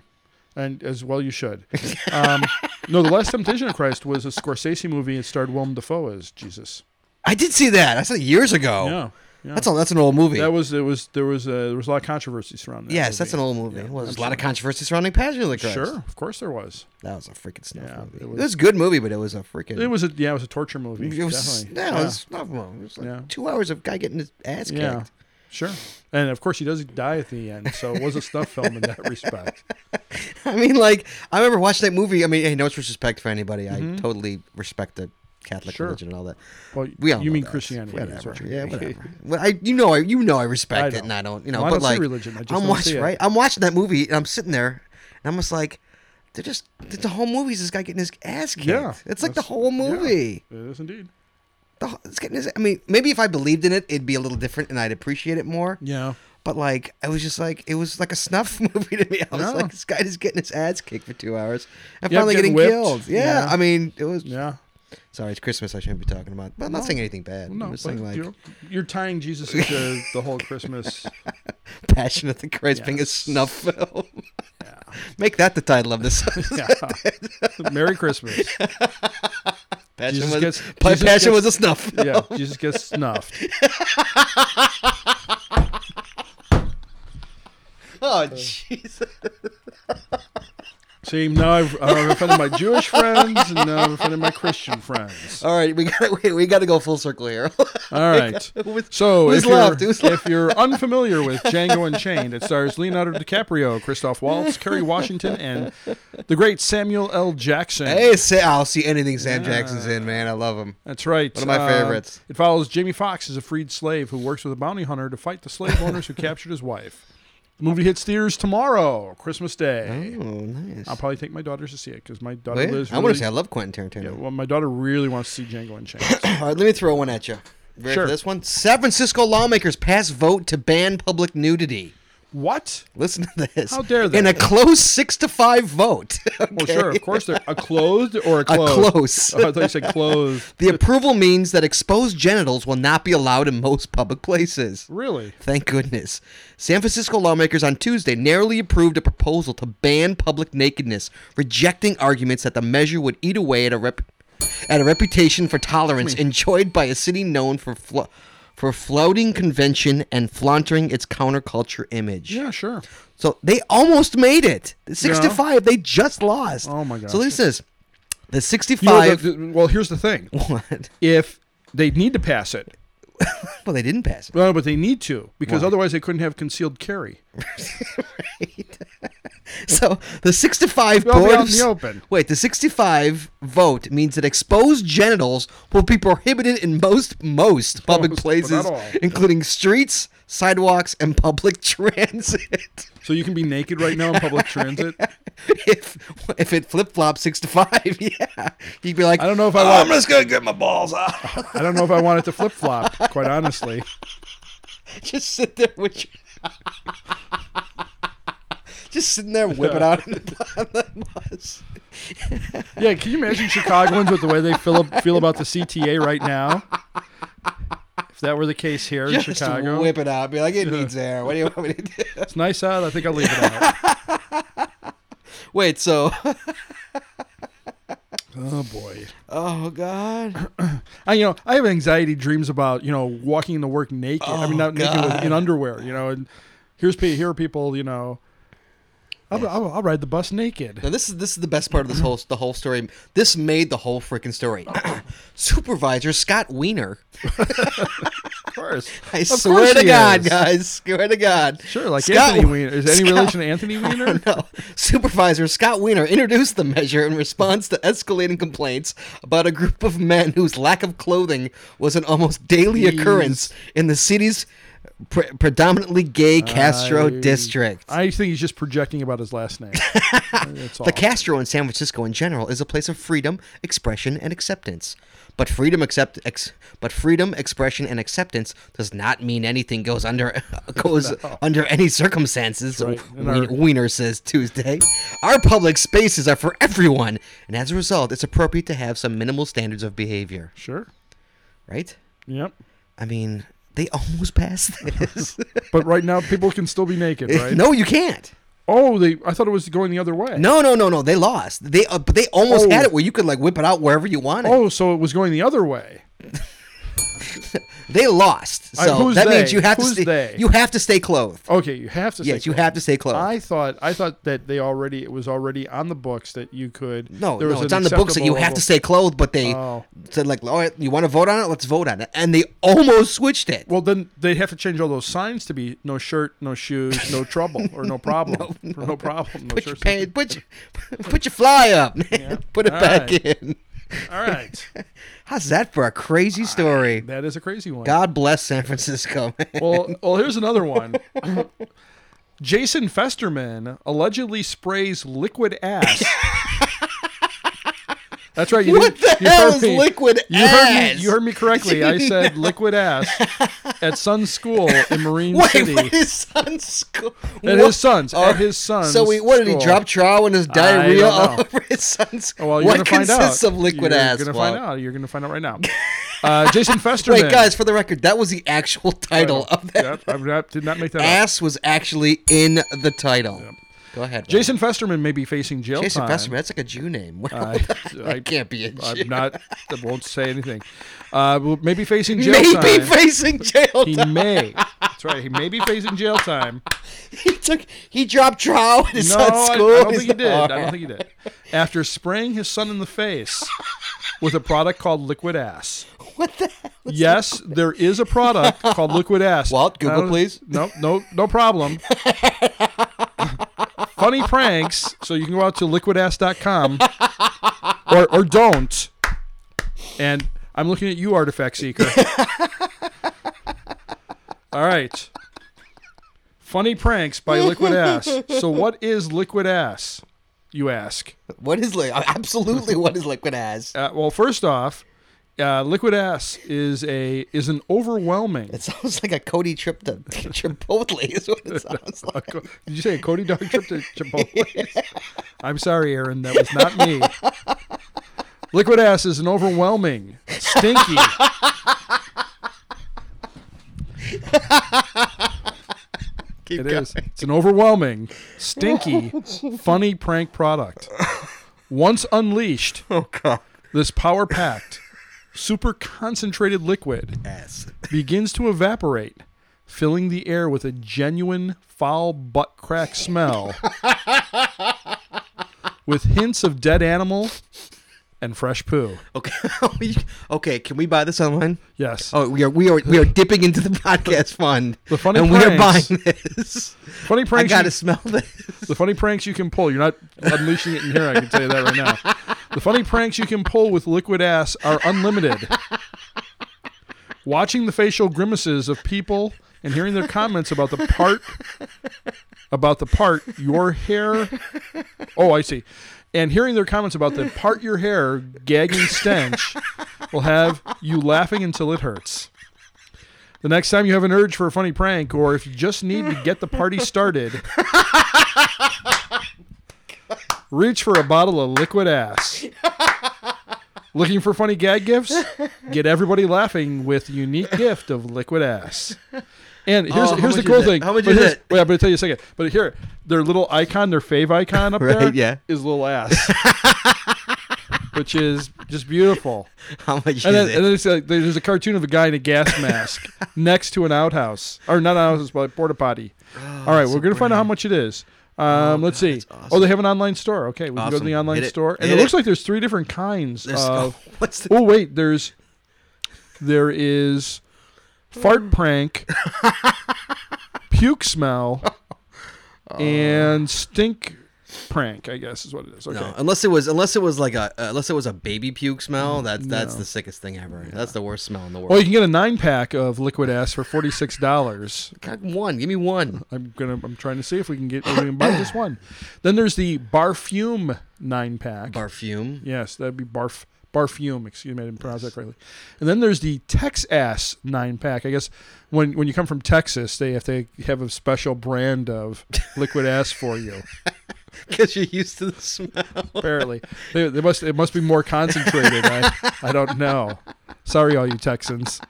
And as well, you should. Um, no, The Last Temptation of Christ was a Scorsese movie. It starred Willem Dafoe as Jesus.
I did see that. I saw it years ago.
Yeah, yeah.
Oh. That's a, that's an old movie.
that was it. Was there was a, there was a lot of controversy surrounding that.
yes,
movie.
that's an old movie. well, there's a lot of
absolutely.
controversy surrounding Passion of the Christ.
Sure, of course there was.
that was a freaking snuff
Yeah,
movie.
it
It was,
was-
a good movie, but it was a freaking.
It was a yeah, it was a torture movie.
It was, no,
definitely.
it
yeah.
was a snuff movie. It was like
Yeah.
two hours of guy getting his ass kicked.
Yeah, sure. And of course, he does die at the end, so it was a snuff film in that respect.
I mean, like, I remember watching that movie. I mean, hey, no disrespect for anybody. I totally respect the Catholic
Mm-hmm. Sure.
religion and all that.
Well,
We all
you
know
mean
that.
Christianity? is
Whatever.
what you
Yeah,
mean.
whatever. well, I, you know, I, you know, I
I
respect
know.
it, and I don't, you know,
Well, I
but
don't see
like,
religion. I just
I'm
don't
watching,
see it.
right? I'm watching that movie, and I'm sitting there, and I'm just like, they're just the whole movie's this guy getting his ass kicked.
Yeah,
it's like the
that's-
whole
yeah.
movie.
It is indeed.
The whole it's getting his. I mean, maybe if I believed in it, it'd be a little different, and I'd appreciate it more.
Yeah.
But like, I was just like, it was like a snuff movie to me. I was
Yeah.
like, this guy is getting his ass kicked for two hours and
Yeah,
finally
getting
getting,
whipped.
killed. Yeah,
Yeah.
I mean, it was.
Yeah.
Sorry, it's Christmas. I shouldn't be talking about. But I'm not
No.
saying anything bad.
No,
I'm just saying
but
like
you're, you're tying Jesus into the whole Christmas.
Passion of the Christ being a
Yes.
snuff film. Make that the title of this.
Yeah. Merry Christmas.
Passion
Jesus
was
gets-
Pa-
Jesus
Passion
gets-
was a snuff. Film.
Yeah, Jesus gets snuffed. Uh,
Oh Jesus!
See, now I've, I've offended my Jewish friends, and now I've offended my Christian friends.
All right, we got to we got to go full circle here.
All right.
With-
So
who's
if, you're,
left? Who's
if you're unfamiliar with Django Unchained, it stars Leonardo DiCaprio, Christoph Waltz, Kerry Washington, and the great Samuel L. Jackson.
hey, Sa- I'll see anything Sam Jackson's in, man. I love him.
That's right.
One of my
Uh,
favorites.
It follows Jamie Foxx as a freed slave who works with a bounty hunter to fight the slave owners who captured his wife. The movie hits theaters tomorrow, Christmas Day.
Oh, nice.
I'll probably take my daughters to see it because my daughter
Well, yeah,
lives.
I want
really-
to say I love Quentin Tarantino.
Yeah, well, my daughter really wants to see Django Unchained.
All right, let me throw one at you. Ready
Sure.
for this one? San Francisco lawmakers pass vote to ban public nudity.
what?
Listen to this.
How dare they?
In a close six to five vote.
Well, sure, of course they're a closed or a closed.
close.
Oh, I thought you said closed.
the approval means that exposed genitals will not be allowed in most public places.
Really?
Thank goodness. San Francisco lawmakers on Tuesday narrowly approved a proposal to ban public nakedness, rejecting arguments that the measure would eat away at a rep- at a reputation for tolerance enjoyed by a city known for flo- for flouting convention and flaunting its counterculture image.
Yeah, sure.
So they almost made it. Six to
Yeah.
five, they just lost.
Oh my gosh.
So listen to this. The
You know, the-
sixty-five.
the- well, here's the thing:
what?
if they need to pass it,
Well, they didn't pass it.
well, but they need to because
Why?
otherwise they couldn't have concealed carry.
So the 65
Well,
board
out
of
in the
S-
open.
Wait, the 65 vote means that exposed genitals will be prohibited in most most public
Most, but not
places,
all.
including streets, sidewalks, and public transit.
So you can be naked right now in public transit.
if if it flip flops six to five, yeah, you'd be like,
I don't know if I
"Oh, I'm
want-
just gonna get my balls out.
I don't know if I want it to flip flop. Quite honestly,
just sit there with. Your... Just sitting there whipping out on the, on the bus.
yeah. Can you imagine Chicagoans with the way they feel feel about the CTA right now? If that were the case here in
Just
Chicago,
whip it out. Be like, it needs air. What do you want me to do?
it's nice out. I think I'll leave it out.
Wait, so
Oh boy.
oh god,
I, you know, I have anxiety dreams about you know walking to work naked. I mean, not naked with, in
Oh, God.
underwear. You know, and here's pe- here are people. You know, I'll, I'll, I'll ride the bus naked.
now this is this is the best part of this whole the whole story. This made the whole freaking story. Supervisor Scott Wiener,
Of course,
I
Of course
swear to
he
God,
is.
guys, swear to God.
Sure, like
Scott
Anthony
Wi-
Weiner. Is any relation to Anthony Weiner?
No. Supervisor Scott Wiener introduced the measure in response to escalating complaints about a group of men whose lack of clothing was an almost daily occurrence in the city's pre- predominantly gay Castro
I-
district.
I think he's just projecting about his last name. That's all.
The Castro in San Francisco in general is a place of freedom, expression, and acceptance. But freedom accept ex, but freedom, expression, and acceptance does not mean anything goes under goes under any circumstances.
right. And
Wien-
our-
Wiener says Tuesday. Our public spaces are for everyone, and as a result, it's appropriate to have some minimal standards of behavior.
sure.
Right?
Yep.
I mean, they almost passed this.
But right now, people can still be naked, right?
no, you can't.
Oh, they. I thought it was going the other way.
No, no, no, no. They lost. They uh, but they almost
Oh.
had it where you could like whip it out wherever you wanted.
Oh, so it was going the other way.
They lost,
Uh,
so
who's
that means
they?
you have
Who's
to
they? Oh,
stay. You have to stay clothed.
Okay, you have to.
yes,
say
you
clothes.
have to stay clothed.
I thought I thought that they already it was already on the books that you could.
no,
there was
no,
an
it's on the books that you
acceptable
have to
level.
stay clothed, but they
Oh.
said like, "All right, you want to vote on it? Let's vote on it." And they almost switched it.
Well, then they'd have to change all those signs to be no shirt, no shoes, no trouble, or no problem, or no problem. No
put your
shirts, no-
pants, put your, put your fly up, man. Put it
All
back
right.
in.
All right,
How's that for a crazy story?
that is a crazy one.
God bless San Francisco. man.
Well, well, here's another one. Jason Festerman allegedly sprays liquid ass. That's right. You
What
didn't-
the
you heard
hell is
me-
liquid
you Heard
ass?
me, you heard me correctly. I said liquid ass at Sun's school in Marine
Wait,
City.
what is son's school?
At
What?
his son's.
Oh,
at his son's.
So we, what did he
school.
drop trowel and his diarrhea
don't
all
know.
over his son's?
Well, you're
what
gonna find out.
consists of liquid
you're
ass?
You're gonna
Walt?
find out. You're gonna find out right now. Uh, Jason Festerman.
Wait, guys, for the record, that was the actual title of that.
Yep, I did not make that up.
Ass was actually in the title. Go ahead, Walt.
Jason Uh, Festerman may be facing jail
Jason
time.
Festerman. That's like a Jew name.
I, I,
that can't be a Jew.
I'm not. I won't say anything. Uh, well, maybe facing jail
Maybe
time.
facing jail.
he
time.
may. That's right. He may be facing jail time.
He took. He dropped trowel in his
No,
son's
I, I
school.
don't think
He's
he did.
like,
I don't think he did. After spraying his son in the face with a product called Liquid Ass.
What the hell?
Yes, there is a product called Liquid Ass.
Walt,
And I
Google,
don't-
please.
No, no, no problem. Funny pranks. So you can go out to liquidass.com or or don't. And I'm looking at you, artifact seeker. All right. Funny pranks by Liquid Ass. So what is Liquid Ass? You ask.
What is like? Absolutely, what is liquid ass?
Uh, well, first off, uh, Liquid Ass is a is an overwhelming.
It sounds like a Cody trip to Chipotle is what it sounds like.
A co- Did you say a Cody dog trip to Chipotle? I'm sorry, Aaron. That was not me. Liquid ass is an overwhelming, stinky.
Keep
It is. It's an overwhelming, stinky, funny prank product. Once unleashed,
Oh god.
this power packed, super concentrated liquid
Ass.
begins to evaporate, filling the air with a genuine foul butt crack smell, with hints of dead animal and fresh poo.
Okay. okay, can we buy this online?
Yes.
Oh, we are we are we are dipping into the podcast fund.
The funny
and we are
pranks.
buying this.
funny
I
pranks.
got
you-
to smell this.
the funny pranks you can pull. You're not unleashing it in here. I can tell you that right now. The funny pranks you can pull with liquid ass are unlimited. Watching the facial grimaces of people and hearing their comments about the part about the part your hair. Oh, I see. And hearing their comments about the part your hair gagging stench will have you laughing until it hurts. The next time you have an urge for a funny prank, or if you just need to get the party started, reach for a bottle of liquid ass. Looking for funny gag gifts? Get everybody laughing with unique gift of liquid ass. And here's
Oh, how
here's the
much
cool
is that?
thing.
How much
But
is
here's-
that?
Wait, I'm gonna tell you a second. But here, their little icon, their fave icon up there,
Right, yeah.
is little ass, which is just beautiful.
How much
And
is
then, and
it?
then it's like, there's a cartoon of a guy in a gas mask next to an outhouse, or not an outhouse, but a porta potty.
Oh,
All right, we're gonna find out how much it is. Um, let's see. Oh, they have an online store. Okay, we can go to
Awesome.
the online
Hit it.
store, and
Hit
it,
it.
looks like there's three different kinds
There's-
of.
what's the
Oh wait, there's there is fart prank, puke smell, and stink prank, I guess is what it is. Okay.
No, uh, unless it was unless it was like a uh, unless it was a baby puke smell. That's that's the sickest thing ever. That's the worst smell in the world.
Mm, Well, you can get a nine pack of liquid ass for forty six dollars.
Got one. Give me one.
I'm gonna. I'm trying to see if we can get if we can buy this one. Then there's the Barfume nine pack.
Barfume.
yes, that'd be Barf Barfume. Excuse me, I didn't pronounce that correctly. And then there's the Tex Ass nine pack. I guess when when you come from Texas, they have to have a special brand of liquid ass for you.
Because you're used to the smell.
Apparently, they, they must it must be more concentrated. I, I don't know. Sorry, all you Texans.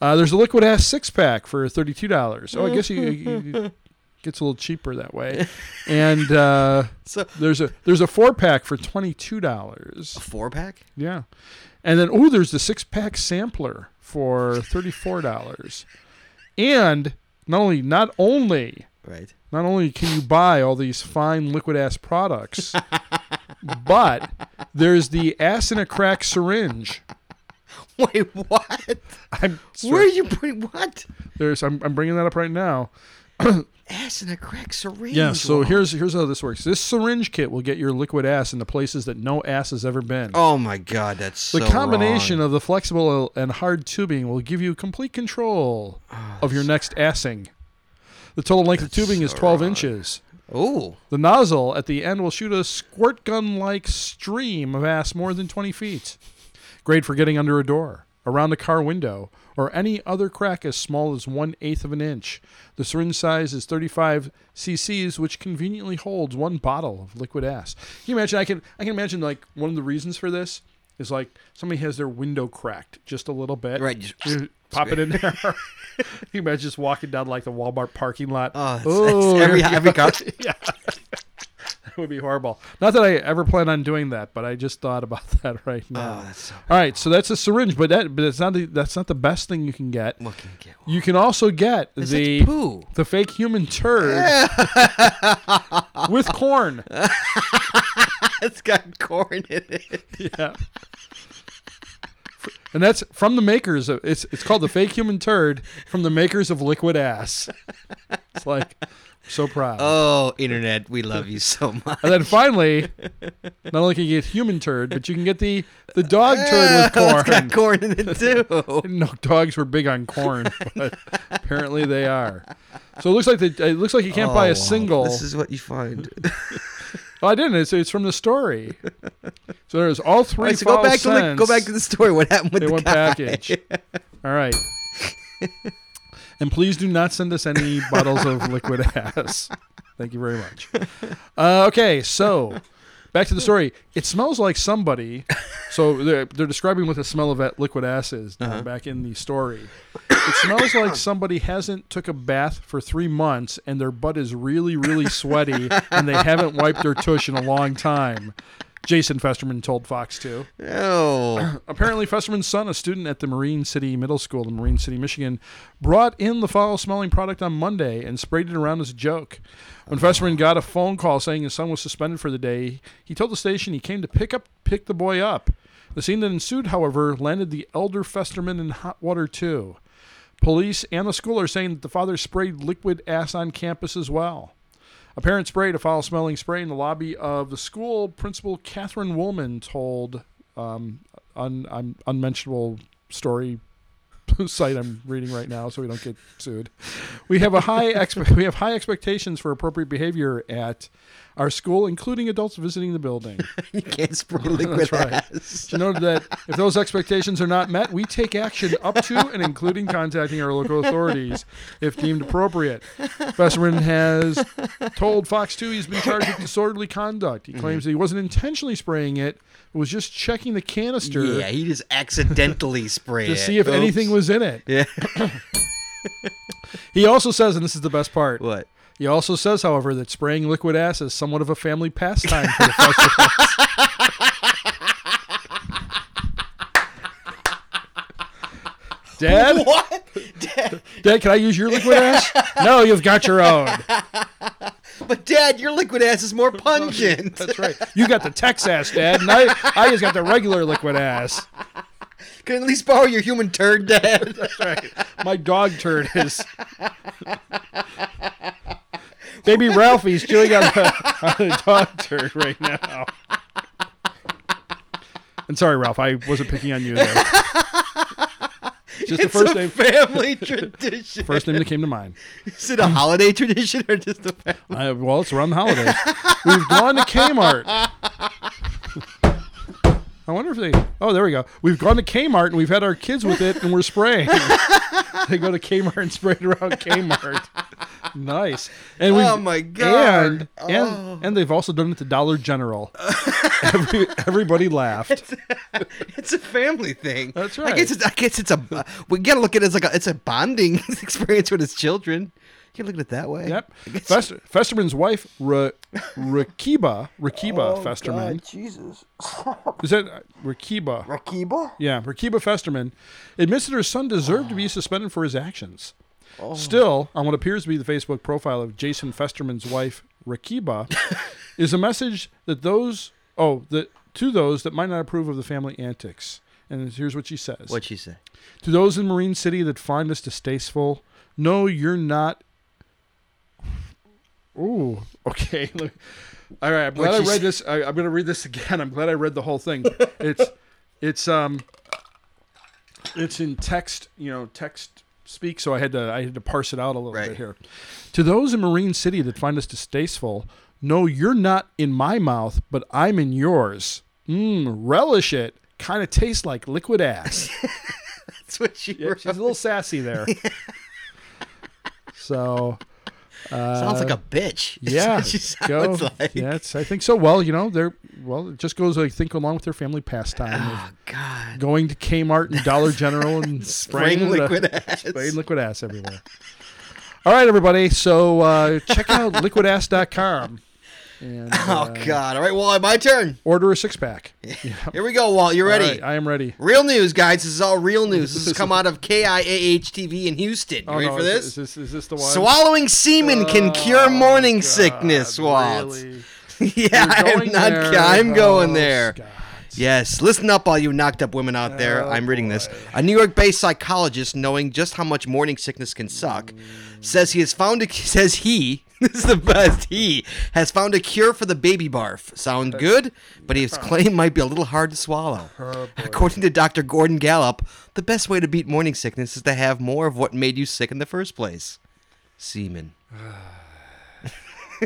Uh, there's a liquid ass six pack for thirty two dollars. Oh, I guess you, you, you gets a little cheaper that way. And uh,
So
there's a there's a four pack for twenty two dollars.
four pack.
Yeah, and then oh, there's the six pack sampler for thirty four dollars. And not only not only
Right.
not only can you buy all these fine liquid ass products, but there's the ass in a crack syringe.
Wait, what?
I'm
Where are you putting what?
there's I'm, I'm bringing that up right now.
Ass in a crack syringe.
Yeah, so
Wow.
here's here's how this works. This syringe kit will get your liquid ass into places that no ass has ever been.
Oh my god, that's
the
so
combination of the flexible and hard tubing will give you complete control of your next assing. The total length of tubing is
so
12
wrong.
inches.
Oh,
The nozzle at the end will shoot a squirt gun like stream of ass more than 20 feet. Great for getting under a door, around a car window, or any other crack as small as one eighth of an inch. The syringe size is 35 cc's, which conveniently holds one bottle of liquid ass. Can you imagine? I can, I can imagine like one of the reasons for this is like somebody has their window cracked just a little bit.
right. just-
You Pop it in there. Can you imagine just walking down like the Walmart parking lot?
Oh, it's,
Oh,
it's
here
every
we
every car.
it would be horrible. Not that I ever plan on doing that, but I just thought about that right now.
Oh, that's so
All right, so that's a syringe, but that but it's not the that's not the best thing you can get.
fucking get one.
You can also get
It's
the
like poo.
the fake human turd with corn.
It's got corn in it.
Yeah. And that's from the makers of it's it's called the fake human turd from the makers of liquid ass. It's like so proud.
Oh, internet, we love you so much.
And then finally, not only can you get human turd, but you can get the, the dog turd with
It's
corn.
got corn in it too.
Didn't know dogs were big on corn, but apparently they are. So it looks like they, it looks like you can't buy
Oh, wow.
a single.
This is what you find.
oh, I didn't. It's, it's from the story. So there's all three.
All right, so go
false
back to the, go
scents
back to the story. What happened with
in
the
one
guy?
package. All right. And please do not send us any bottles of liquid ass. Thank you very much. Uh, okay, so back to the story. It smells like somebody. So they're, they're describing what the smell of that liquid ass is
Uh-huh.
now back in the story. It smells like somebody hasn't took a bath for three months and their butt is really, really sweaty and they haven't wiped their tush in a long time. Jason Festerman told Fox 2.
Oh,
Apparently, Festerman's son, a student at the Marine City Middle School in Marine City, Michigan, brought in the foul smelling product on Monday and sprayed it around as a joke. When Festerman got a phone call saying his son was suspended for the day, he told the station he came to pick up pick the boy up. The scene that ensued, however, landed the elder Festerman in hot water too. Police and the school are saying that the father sprayed liquid ass on campus as well. A parent sprayed a foul smelling spray in the lobby of the school. Principal Catherine Woolman told um, un, un, unmentionable story site I'm reading right now, so we don't get sued. We have a high expe- we have high expectations for appropriate behavior at our school, including adults visiting the building.
you can't spray liquid
right.
ass.
She noted that if those expectations are not met, we take action up to and including contacting our local authorities if deemed appropriate. Fesserman has told Fox 2 he's been charged with disorderly conduct. He claims that he wasn't intentionally spraying it, but was just checking the canister
Yeah, he just accidentally sprayed
to
it.
see if anything was in it.
Yeah.
He also says, and this is the best part,
What?
he also says, however, that spraying liquid ass is somewhat of a family pastime for the Festermans. Dad?
What?
Dad, can I use your liquid ass? No, you've got your own.
But Dad, your liquid ass is more pungent.
That's right. You got the Tex ass, Dad, and I, I just got the regular liquid ass.
Can I at least borrow your human turd, Dad?
My dog turd is. Baby Ralphie's chewing on a, on a dog turd right now. And sorry, Ralph, I wasn't picking on you there. Just the
It's
first
a
name.
family tradition.
First name that came to mind.
Is it a holiday tradition or just a family?
I, well, it's around the holidays. We've gone to Kmart. I wonder if they. Oh, there we go. We've gone to Kmart and we've had our kids with it and we're spraying. they go to Kmart and spray it around Kmart. Nice. And we've,
Oh, my God. Oh.
And, and and they've also done it to Dollar General. Every, everybody laughed.
It's a family thing.
That's
I
right.
guess it's, I guess it's a. uh, We gotta look at it as like a, it's a bonding experience with his children. You can look at it that way.
Yep. Fester, Festerman's wife, Ra- Rakiba, Rakiba
Uh,
Festerman.
Oh, Jesus.
Is that uh, Rakiba?
Rakiba.
Yeah, Rakiba Festerman admits that her son deserved to be suspended for his actions. Still, on what appears to be the Facebook profile of Jason Festerman's wife, Rakiba, is a message that those oh that to those that might not approve of the family antics. And here's what she says:
What'd she say?
To those in Marine City that find us distasteful, no, you're not. Ooh, okay. let me- All right, I'm glad I
What'd she
read
say?
this. I, I'm going to read this again. I'm glad I read the whole thing. It's, it's um, it's in text. You know, text speak. So I had to I had to parse it out a little
Right.
bit here. To those in Marine City that find us distasteful, no, you're not in my mouth, but I'm in yours. Mmm, relish it. Kind of tastes like liquid ass.
That's what she.
Yeah,
wrote.
she's a little sassy there. so uh,
sounds like a bitch. That's
yeah,
what she
go.
sounds like.
Yes, I think so. Well, you know, they're well. It just goes, I think, along with their family pastime of
Oh God.
going to Kmart and Dollar General and spraying,
Spraying
the-
liquid ass.
spraying liquid ass everywhere. All right, everybody. So uh, check out liquidass.com and
Oh
uh,
God. All right. Well, my turn.
order a six pack.
Here we go. Walt, you ready?
I am ready.
Real news, guys. This is all real news. This has come out of KIAH TV in Houston. You
Oh,
ready
no,
for
is-
this?
Is this, is this the one? Oh,
Swallowing semen can cure morning
God,
sickness, Walt.
really?
Yeah,
You're
I'm
going
not.
there.
I'm going
Oh,
there.
Scott.
Yes, listen up, all you knocked up women out there. I'm reading this. A New York based psychologist, knowing just how much morning sickness can suck, says he has found a, says he, this is the best, he has found a cure for the baby barf. Sound good? But his claim might be a little hard to swallow. According to Dr. Gordon Gallup, the best way to beat morning sickness is to have more of what made you sick in the first place semen.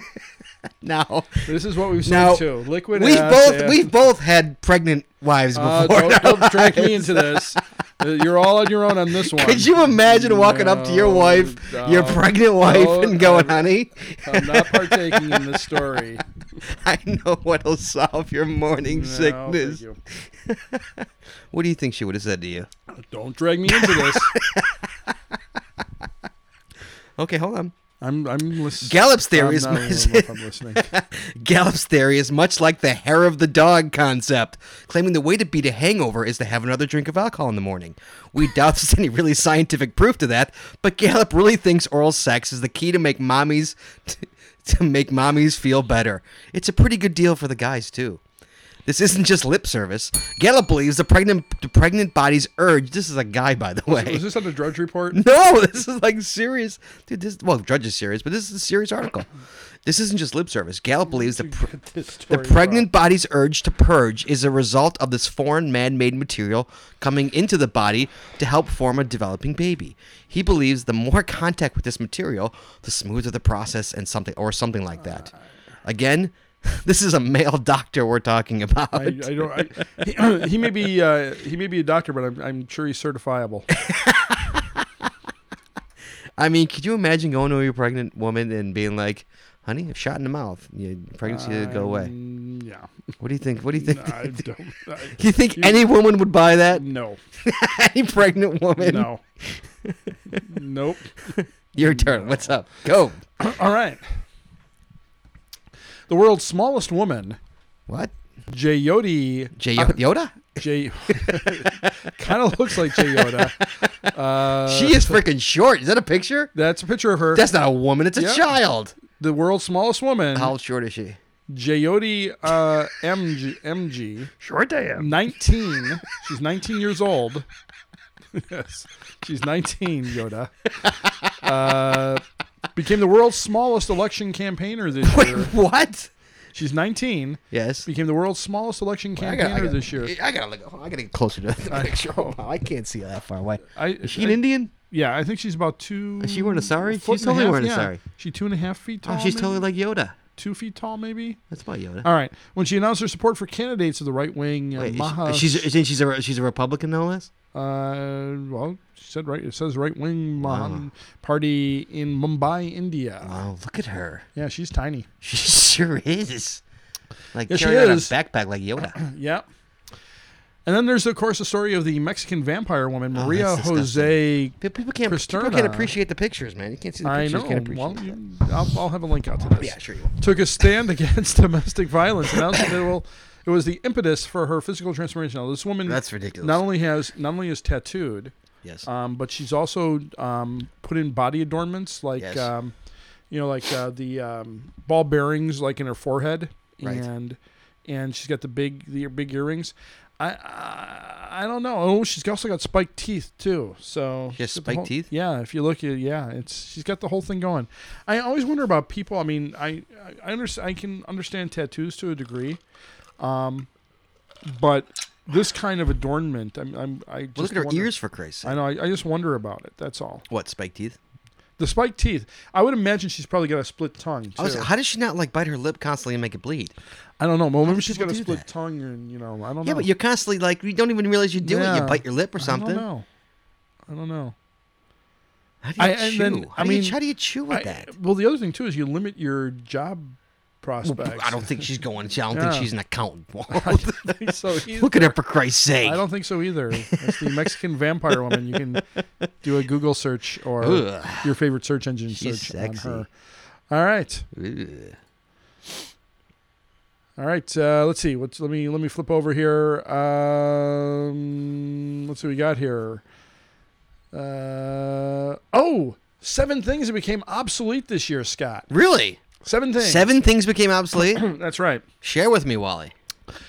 now.
This is what we've seen
Now,
too. Liquid.
We've
ass,
both
yeah.
we've both had pregnant wives before.
Uh, don't, don't drag me into this. Uh, You're all on your own on this one.
Could you imagine walking up to your
No,
wife, your
no,
pregnant wife,
no,
and going,
I-
"Honey,
I'm not partaking in this story.
I know what'll solve your morning
No, thank
sickness."
you.
What do you think she would have said to you?
Don't drag me into this.
Okay, hold on.
I'm I'm listening.
Gallup's theory is
I'm not, I don't know if I'm listening.
Gallup's theory is much like the hair of the dog concept, claiming the way to beat a hangover is to have another drink of alcohol in the morning. We doubt there's any really scientific proof to that, but Gallup really thinks oral sex is the key to make mommies to make mommies feel better. It's a pretty good deal for the guys too. This isn't just lip service. Gallup believes the pregnant the pregnant body's urge. This is a guy, by the way.
Was this on the Drudge Report?
No, this is like serious, dude. This well, Drudge is serious, but this is a serious article. This isn't just lip service. Gallup believes the pr-
This
the
story
pregnant body's urge to purge is a result of this foreign man made material coming into the body to help form a developing baby. He believes the more contact with this material, the smoother the process and something or something like
Uh.
that. Again, this is a male doctor we're talking about.
I, I don't. I, he, he may be uh, he may be a doctor, but I'm, I'm sure he's certifiable.
I mean, could you imagine going to a pregnant woman and being like, "Honey, a shot in the mouth. Your pregnancy would go away."
Um, yeah.
What do you think? What do you think?
I don't. I,
you think any woman would buy that?
no.
any pregnant woman?
No. nope.
Your turn. What's up? Go.
All right. The world's smallest woman,
What?
Jyoti.
J- Yoda?
J. kind of looks like Jay Yoda. Uh,
she is freaking short. Is that a picture?
that's a picture of her.
That's not a woman. It's a
Yeah.
child.
the world's smallest woman,
How short is she?
Jyoti uh, MG, MG,
Short I am.
19. She's 19 years old. yes. She's 19, Yoda. Uh, Became the world's smallest election campaigner this
Wait,
year.
what?
She's 19.
Yes.
Became the world's smallest election
I
campaigner
gotta, I gotta,
this year.
I gotta look. I gotta get closer to the picture. Hold on, I can't see that far away.
I,
Is she an
I-
Indian?
Yeah, I think she's about two.
Is she wearing a sari?
foot
She's
and
totally
half,
wearing a
yeah.
sari.
She two and a half feet tall.
Oh, she's
maybe?
totally like Yoda.
two feet tall, maybe.
That's about Yoda.
All right. When she announced her support for candidates of the right wing, uh,
Wait, is she-
Maha.
she's isn't she's a she's a Republican no less.
uh, well, she said right. It says right wing
Wow.
Mahan party in Mumbai, India.
Wow, Oh, look at her.
Yeah, she's tiny.
She sure is. Like
Yeah, she
carrying
is.
out a backpack like Yoda.
Yeah. And then there's of course the story of the Mexican vampire woman
Oh,
Maria
that's disgusting.
Jose.
Pe- People can't people
Christina.
can't appreciate the pictures, man. You can't see the
I
pictures.
know.
Can't appreciate
Well,
it.
you, I'll, I'll have a link out to this.
yeah, sure you will.
took a stand against domestic violence, announcing that it, will, it was the impetus for her physical transformation. Now, this woman
That's ridiculous.
not only has not only is tattooed,
yes.
um, but she's also um, put in body adornments like
Yes.
um, you know like uh, the um, ball bearings like in her forehead,
Right.
and and she's got the big the big earrings. I, I I don't know. Oh, she's also got spiked teeth too. So
She has
she's got the
spiked
whole-
teeth?
Yeah, if you look, at yeah, it's she's got the whole thing going. I always wonder about people. I mean, I I, I understand. I can understand tattoos to a degree, um, but this kind of adornment, I'm, I'm I just
Well, look at her
wonder-
ears for Christ's
I
sake.
know. I, I just wonder about it. That's all.
What spiked teeth?
The spiked teeth. I would imagine she's probably got a split tongue too.
I was, how does she not like bite her lip constantly and make it bleed?
I don't know. Well, maybe she's
people
got a
do
split
that?
tongue, and you know, I don't know.
Yeah, but you're constantly like you don't even realize you do it.
Yeah.
You bite your lip or something.
I don't know. I don't know.
How do you
I- and
chew?
then,
how
I
do you,
mean,
how do you chew with
I-
that?
well, the other thing too is you limit your job prospects.
I don't think she's going. I don't
Yeah.
think she's an accountant.
don't think so. Either.
Look at her for Christ's sake.
I don't think so either. It's the Mexican vampire woman. You can do a Google search or
Ugh.
your favorite search engine
She's
search
sexy.
on her. All right.
Ugh.
All right, uh, let's see. What's let me let me flip over here. Um, let's see what we got here. Uh, oh, seven things that became obsolete this year, Scott.
Really?
Seven things. Hmm,
Seven things became obsolete.
That's right.
Share with me, Wally.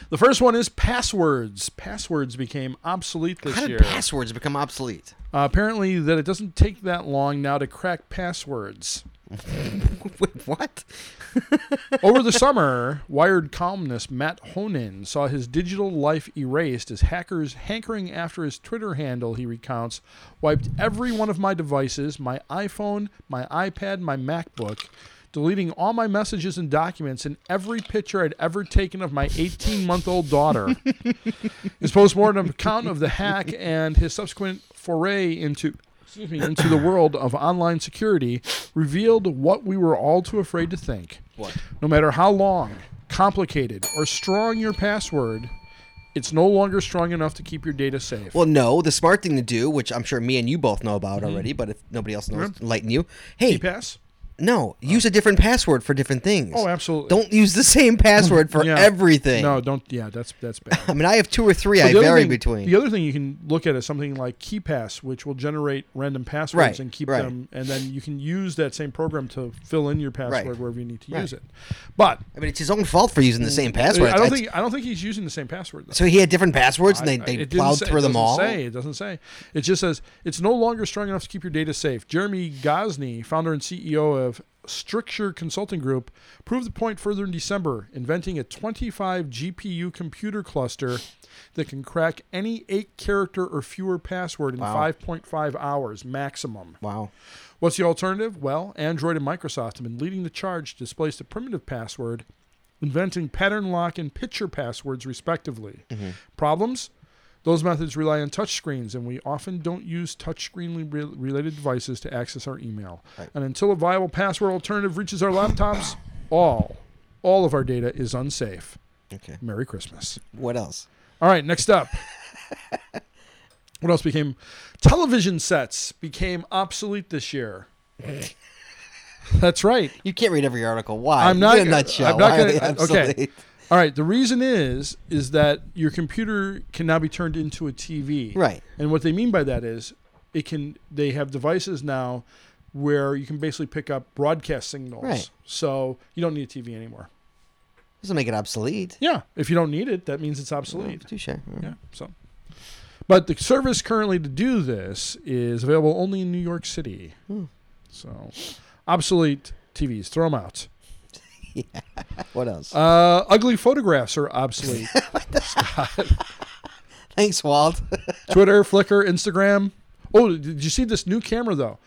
The first one is passwords. Passwords became obsolete this
How did
year.
passwords become obsolete?
uh, apparently, that it doesn't take that long now to crack passwords.
Wait, what?
Over the summer, Wired columnist Matt Honan saw his digital life erased as hackers hankering after his Twitter handle, he recounts, wiped every one of my devices my iPhone, my iPad, my MacBook, deleting all my messages and documents and every picture I'd ever taken of my 18 month old daughter. his postmortem account of the hack and his subsequent foray into excuse me, into the world of online security revealed what we were all too afraid to think.
What?
No matter how long, complicated, or strong your password, it's no longer strong enough to keep your data safe.
Well, no. The smart thing to do, which I'm sure me and you both know
Mm-hmm.
about already, but if nobody else knows, enlighten you. Hey,
pass?
no. Use a different password for different things.
Oh, absolutely.
Don't use the same password for
Yeah.
everything.
No, don't. Yeah, that's that's bad.
I mean, I have two or three. I
The other
vary
thing-
between.
The other thing you can look at is something like KeyPass, which will generate random passwords
Right,
and keep
right.
them, and then you can use that same program to fill in your password wherever you need to
Right.
use it. But
I mean, it's his own fault for using the same password.
Mm, I don't
It's-
think I don't think he's using the same password. Though.
so he had different passwords, and they,
I-
they
it didn't
plowed
say-
through
it
them
doesn't
all.
Say, it doesn't say. It just says it's no longer strong enough to keep your data safe. Jeremy Gosney, founder and CEO of Stricture Consulting Group, proved the point further in December, inventing a 25 GPU computer cluster that can crack any eight-character or fewer password in 5.5 hours maximum.
Wow.
What's the alternative? Well, Android and Microsoft have been leading the charge to displace the primitive password, inventing pattern lock and picture passwords, respectively. Problems? Those methods rely on touchscreens, and we often don't use touchscreen re- related devices to access our email.
Right.
And until a viable password alternative reaches our laptops, all, all of our data is unsafe.
Okay.
Merry Christmas.
What else?
All right, next up. what else became television sets became obsolete this year? That's right.
You can't read every article. Why?
I'm not
You're a
gonna-
nutshell.
I'm not
Why are they
gonna- uh, okay.
obsolete?
All right, the reason is is that your computer can now be turned into a TV.
Right.
And what they mean by that is it can they have devices now where you can basically pick up broadcast signals.
Right.
So you don't need a TV anymore.
Doesn't make it obsolete.
Yeah, if you don't need it, that means it's obsolete.
Touche.
Yeah. So, but the service currently to do this is available only in New York City. So, Obsolete TVs, throw them out.
What else?
Uh, ugly photographs are obsolete.
Thanks, Walt.
Twitter, Flickr, Instagram. Oh, did you see this new camera though?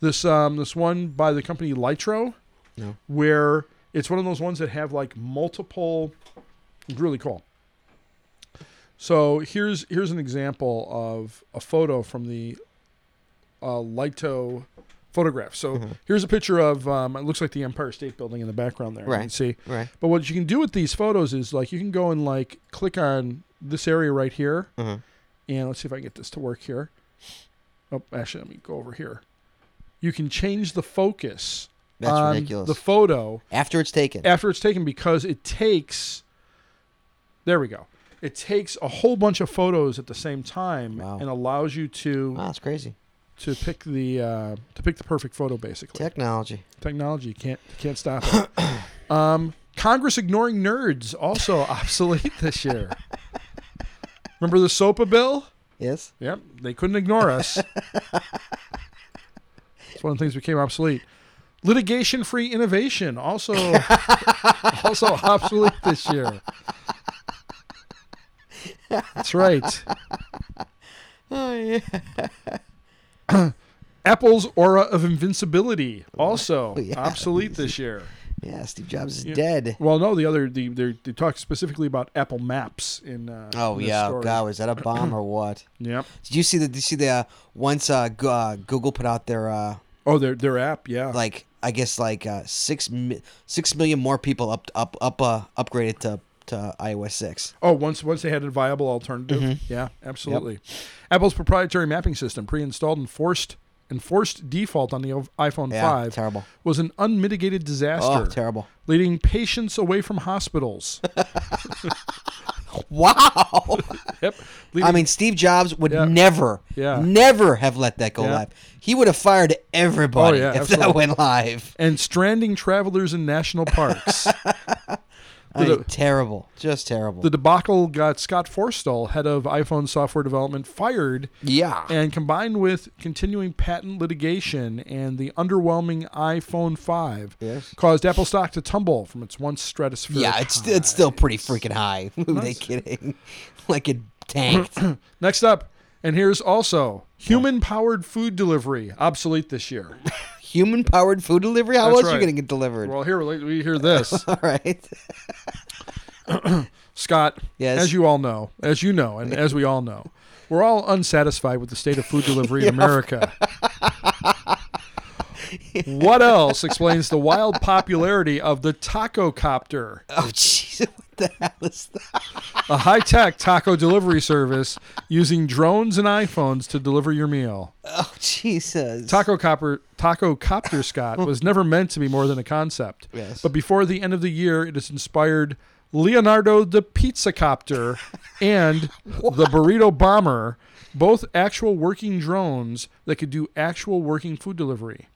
This um this one by the company Litro.
No.
Where it's one of those ones that have like multiple it's really cool. So here's here's an example of a photo from the uh, Lito photograph. So
Mm-hmm.
here's a picture of um, it looks like the Empire State Building in the background there. You can
Right.
see.
right.
But what you can do with these photos is like you can go and like click on this area right here,
Uh-huh.
and let's see if I can get this to work here. Oh, actually, let me go over here. You can change the focus
That's
on
ridiculous.
Um, the photo
After it's taken.
after it's taken because it takes. There we go. It takes a whole bunch of photos at the same time
Wow.
and allows you to
Wow, that's crazy.
to pick the uh, to pick the perfect photo basically
Technology.
technology can't can't stop it. um, Congress ignoring nerds also obsolete this year. Remember the SOPA bill?
Yes.
Yep, they couldn't ignore us. It's one of the things that became obsolete. Litigation-free innovation also also obsolete this year. That's right.
Oh yeah.
Apple's aura of invincibility also
Oh, yeah.
obsolete this year.
Yeah. Steve Jobs is
Yeah.
dead.
Well, no, the other the they they talk specifically about Apple Maps in. Uh,
Oh
in this
yeah.
story.
God, was that a bomb or what?
Yep.
Did you see the? Did you see the? Uh, once uh, Go- uh, Google put out their uh,
Oh, their their app. Yeah.
like I guess like uh, six mi- six million more people up up up uh, upgraded to to iOS six.
oh, once once they had a viable alternative.
Mm-hmm.
Yeah, absolutely. Apple's proprietary mapping system, pre-installed and forced enforced default on the o- iPhone
Yeah,
5
terrible.
was an unmitigated disaster
Oh, terrible!
leading patients away from hospitals
Wow.
yep leading,
I mean, Steve Jobs would
Yeah.
never,
Yeah.
never have let that go
Yeah.
live. He would have fired everybody
Oh, yeah,
if
absolutely.
that went live.
and stranding travelers in national parks
I
The-
mean, terrible, just terrible.
the debacle got scott forstall head of iphone software development fired
yeah,
And combined with continuing patent litigation and the underwhelming iPhone 5,
Yes.
caused Apple stock to tumble from its once stratospheric.
yeah. It's
high.
it's still pretty freaking high. Who are they
Nice.
kidding? like it tanked.
Next up, and here's also human powered food delivery, obsolete this year.
Human powered food delivery. How
That's
else are
right.
you gonna get delivered?
well, here we we hear this.
All right.
Scott,
Yes.
as you all know, as you know, and as we all know, we're all unsatisfied with the state of food delivery in America. what else explains the wild popularity of the taco copter?
Oh jeez, what the hell is that?
a high-tech taco delivery service using drones and iPhones to deliver your meal.
Oh Jesus.
Taco Copper Taco Copter Scott was never meant to be more than a concept.
Yes.
But before the end of the year, it has inspired Leonardo the Pizza Copter and the Burrito Bomber, both actual working drones that could do actual working food delivery.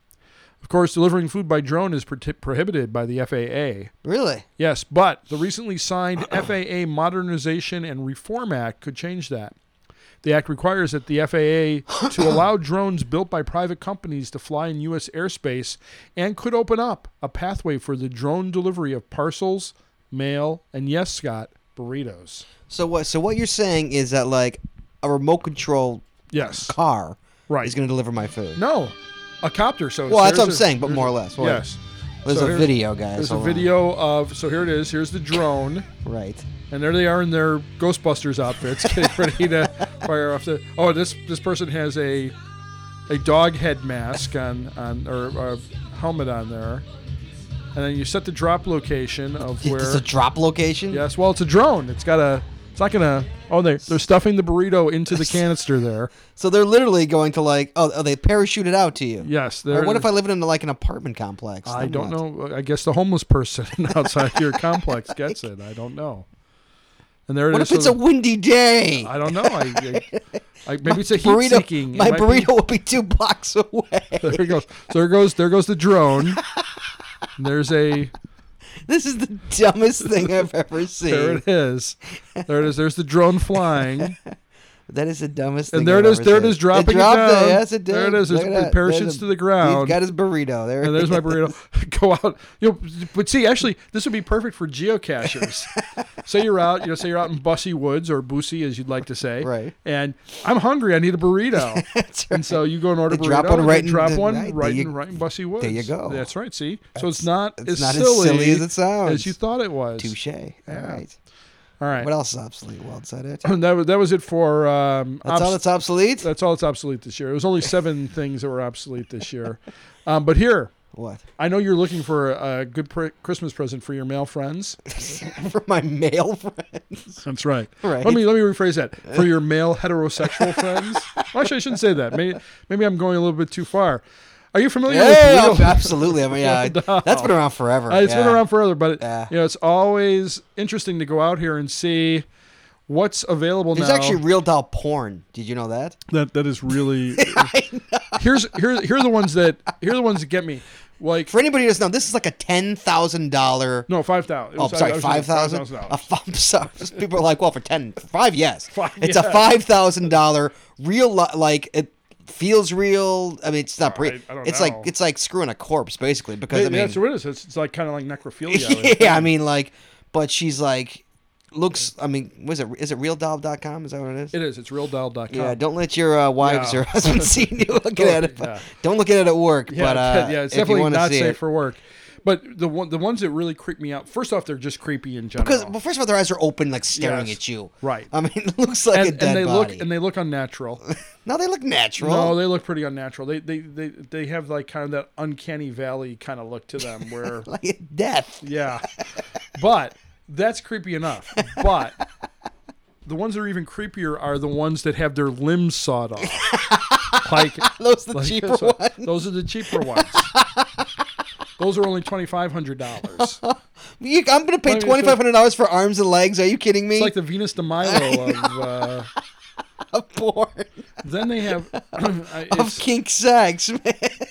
Of course, delivering food by drone is prohi- prohibited by the FAA.
Really?
Yes, but the recently signed FAA Modernization and Reform Act could change that. The act requires that the FAA to allow drones built by private companies to fly in U.S. airspace and could open up a pathway for the drone delivery of parcels, mail, and yes, Scott, burritos.
So what? So what you're saying is that like a remote control
Yes.
car
Right.
is gonna deliver my food.
No, a copter. So
Well, that's what I'm
there's a-
saying, but
there's
more
a-
or less. Well,
Yes.
There's
So
a
here-
video, guys.
There's a
hold on.
video of, so here it is. Here's the drone.
Right.
And there they are in their Ghostbusters outfits, getting ready to fire off the. Oh, this this person has a a dog head mask on on or a helmet on there, and then you set the drop location of
Is this
where.
a drop location?
Yes, well, it's a drone. It's got a. It's not gonna. Oh, they they're stuffing the burrito into the canister there.
So they're literally going to like, oh, oh they parachute it out to you.
Yes,
Or
there.
what if I live in like an apartment complex?
I
Then
don't
what?
know. I guess the homeless person outside your complex gets it. I don't know. And there it is.
What if
so
it's a windy day?
I don't know. I, I, I maybe it's a heat
burrito.
seeking. It
My
might be-
burrito will be two blocks away.
there goes. So there goes. There goes the drone. And there's a.
this is the dumbest thing I've ever
There
seen.
it is. There it is. There's the drone flying.
That is the dumbest.
And
thing
there
I've
it is,
ever
there it
said.
is, dropping it
dropped
down.
yes, it did.
There it is,
Look
it-
at
it
that.
parachutes
There's a-
to the ground.
He's got his burrito there.
And there's my burrito. Go out. You know, but see, actually, this would be perfect for geocachers. say you're out, you know, say you're out in Bussy Woods or Boosie, as you'd like to say.
Right.
And I'm hungry. I need a burrito.
That's
And so you go and order
They
burrito.
drop one
and
right
they
in
drop
the
one
night. There
right
you-
in right in Bussy Woods.
you go.
That's right. See, so it's not
it's
as
not as
silly
silly as it sounds.
as you thought it was.
Touche. All right.
All right.
What else is obsolete? Well, is that it?
that was that was it for um,
That's all
obs- Uh,
that's obsolete.
that's all that's obsolete this year. It was only seven things that were obsolete this year. Um, but here,
What?
I know you're looking for a, a good pre- Christmas present for your male friends.
For my male friends.
That's right.
Right.
Let me let me rephrase that. For your male heterosexual friends. Well, actually, I shouldn't say that. Maybe, maybe I'm going a little bit too far. Are you familiar
Yeah,
with
ab-
wheel?
absolutely. I mean, yeah, I- that's been around forever.
Uh, It's been
yeah.
around forever, but it-
Yeah.
you know, it's always interesting to go out here and see what's available
There's
now.
actually real doll porn. Did you know that?
that that is really. here's here here are the ones that here are the ones that get me. Like
For anybody who doesn't know, this is like a ten thousand dollar.
no five thousand.
Oh, I'm sorry, five thousand. I'm sorry. People are like, well, for ten, for five, yes.
Five,
it's a
yes.
five thousand dollar real, li- like it feels real. I mean, it's not real.
I don't
it's like
know.
it's like screwing a corpse, basically. Because
Yeah,
I mean,
that's what it is. It's, it's like kind of like necrophilia. I
yeah,
would think.
I mean, like, but she's like, looks. I mean, was it is it realdoll.com? Is that what it is?
it is. It's realdoll.com.
yeah, don't let your uh, wives
Yeah.
or husband see you looking at it.
Yeah.
Don't look at it at work.
Yeah,
but uh,
yeah, it's
if you
definitely
want to
not
see
safe
it,
for work. But the one, the ones that really creep me out. First off, they're just creepy in general.
because well, first of all, their eyes are open, like staring
Yes.
at you.
Right.
I mean, it looks like
and,
a
and
dead
they
body.
look and they look unnatural.
no, they look natural.
No, they look pretty unnatural. They, they they they have like kind of that uncanny valley kind of look to them where
like a death.
yeah. But that's creepy enough. But the ones that are even creepier are the ones that have their limbs sawed off. Like
Those are the
Like,
cheaper
those, are-
ones.
those are the cheaper ones. those are only twenty five hundred dollars. It's
You- I'm gonna pay
Maybe it's
twenty five hundred dollars for arms and legs. Are you kidding me?
like the Venus de Milo of. Uh,
porn
then they have. I-
of
it's,
kink sex, man.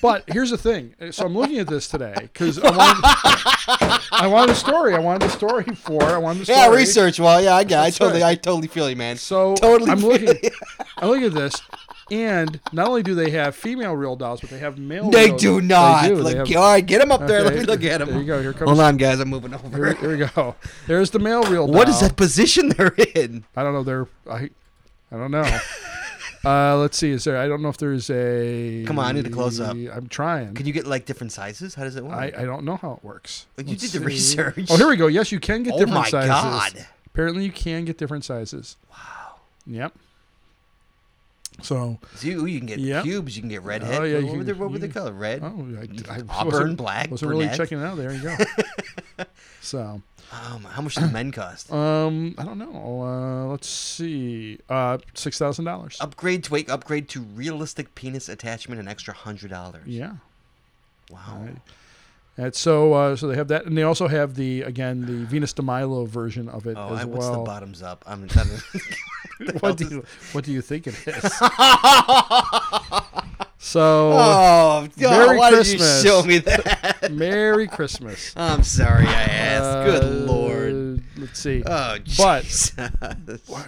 but here's the thing. So I'm looking at this today because I wanted. I wanted a story. I wanted a story for. I wanted a story.
Yeah, research. Well, yeah, I got. I
That's
totally,
right.
I totally feel you, man.
So
totally
I'm
feel
looking.
you.
I'm looking at this, and not only do they have female real dolls, but they have male.
They
real
do
dolls.
not.
They do. They
Like,
have-
all right, get him up there. Let
Okay,
me look at
There you
him.
go. Here comes.
Hold on, guys. I'm moving
Here,
over.
here we go. There's the male real doll.
What is that position they're in?
I don't know. There, I, I don't know. uh, let's see. Is there? I don't know if there's a.
Come on, I need to close up.
I'm trying.
Can you get like different sizes? How does it work?
I, I don't know how it works.
Like, you
Let's
did the research.
Oh, here we go. Yes, you can get
Oh
different
my
sizes.
God.
Apparently, you can get different sizes. Wow. Yep. So,
So you, you can get
Yeah.
cubes. You can get redhead.
Oh, yeah,
what
you
were
can-
the, what
you
were the
can-
color? Red.
oh, I, I
Auburn,
wasn't,
black,
wasn't
brunette.
really checking it out. There you go. so,
Um, how much do men cost?
um, I don't know. Uh, let's see. Uh, six thousand dollars.
Upgrade to wait. Upgrade to realistic penis attachment. An extra hundred dollars.
Yeah.
Wow.
And so, uh, so they have that, and they also have the again the Venus de Milo version of it
Oh,
as
I, what's the
well.
bottoms up? I'm. I'm
what do you What do you think it is? so,
Oh,
Merry
why
Christmas.
did you show me that?
Merry Christmas.
I'm sorry I asked. Good
Uh,
lord.
Let's see.
Oh,
but-
Jesus.
Well,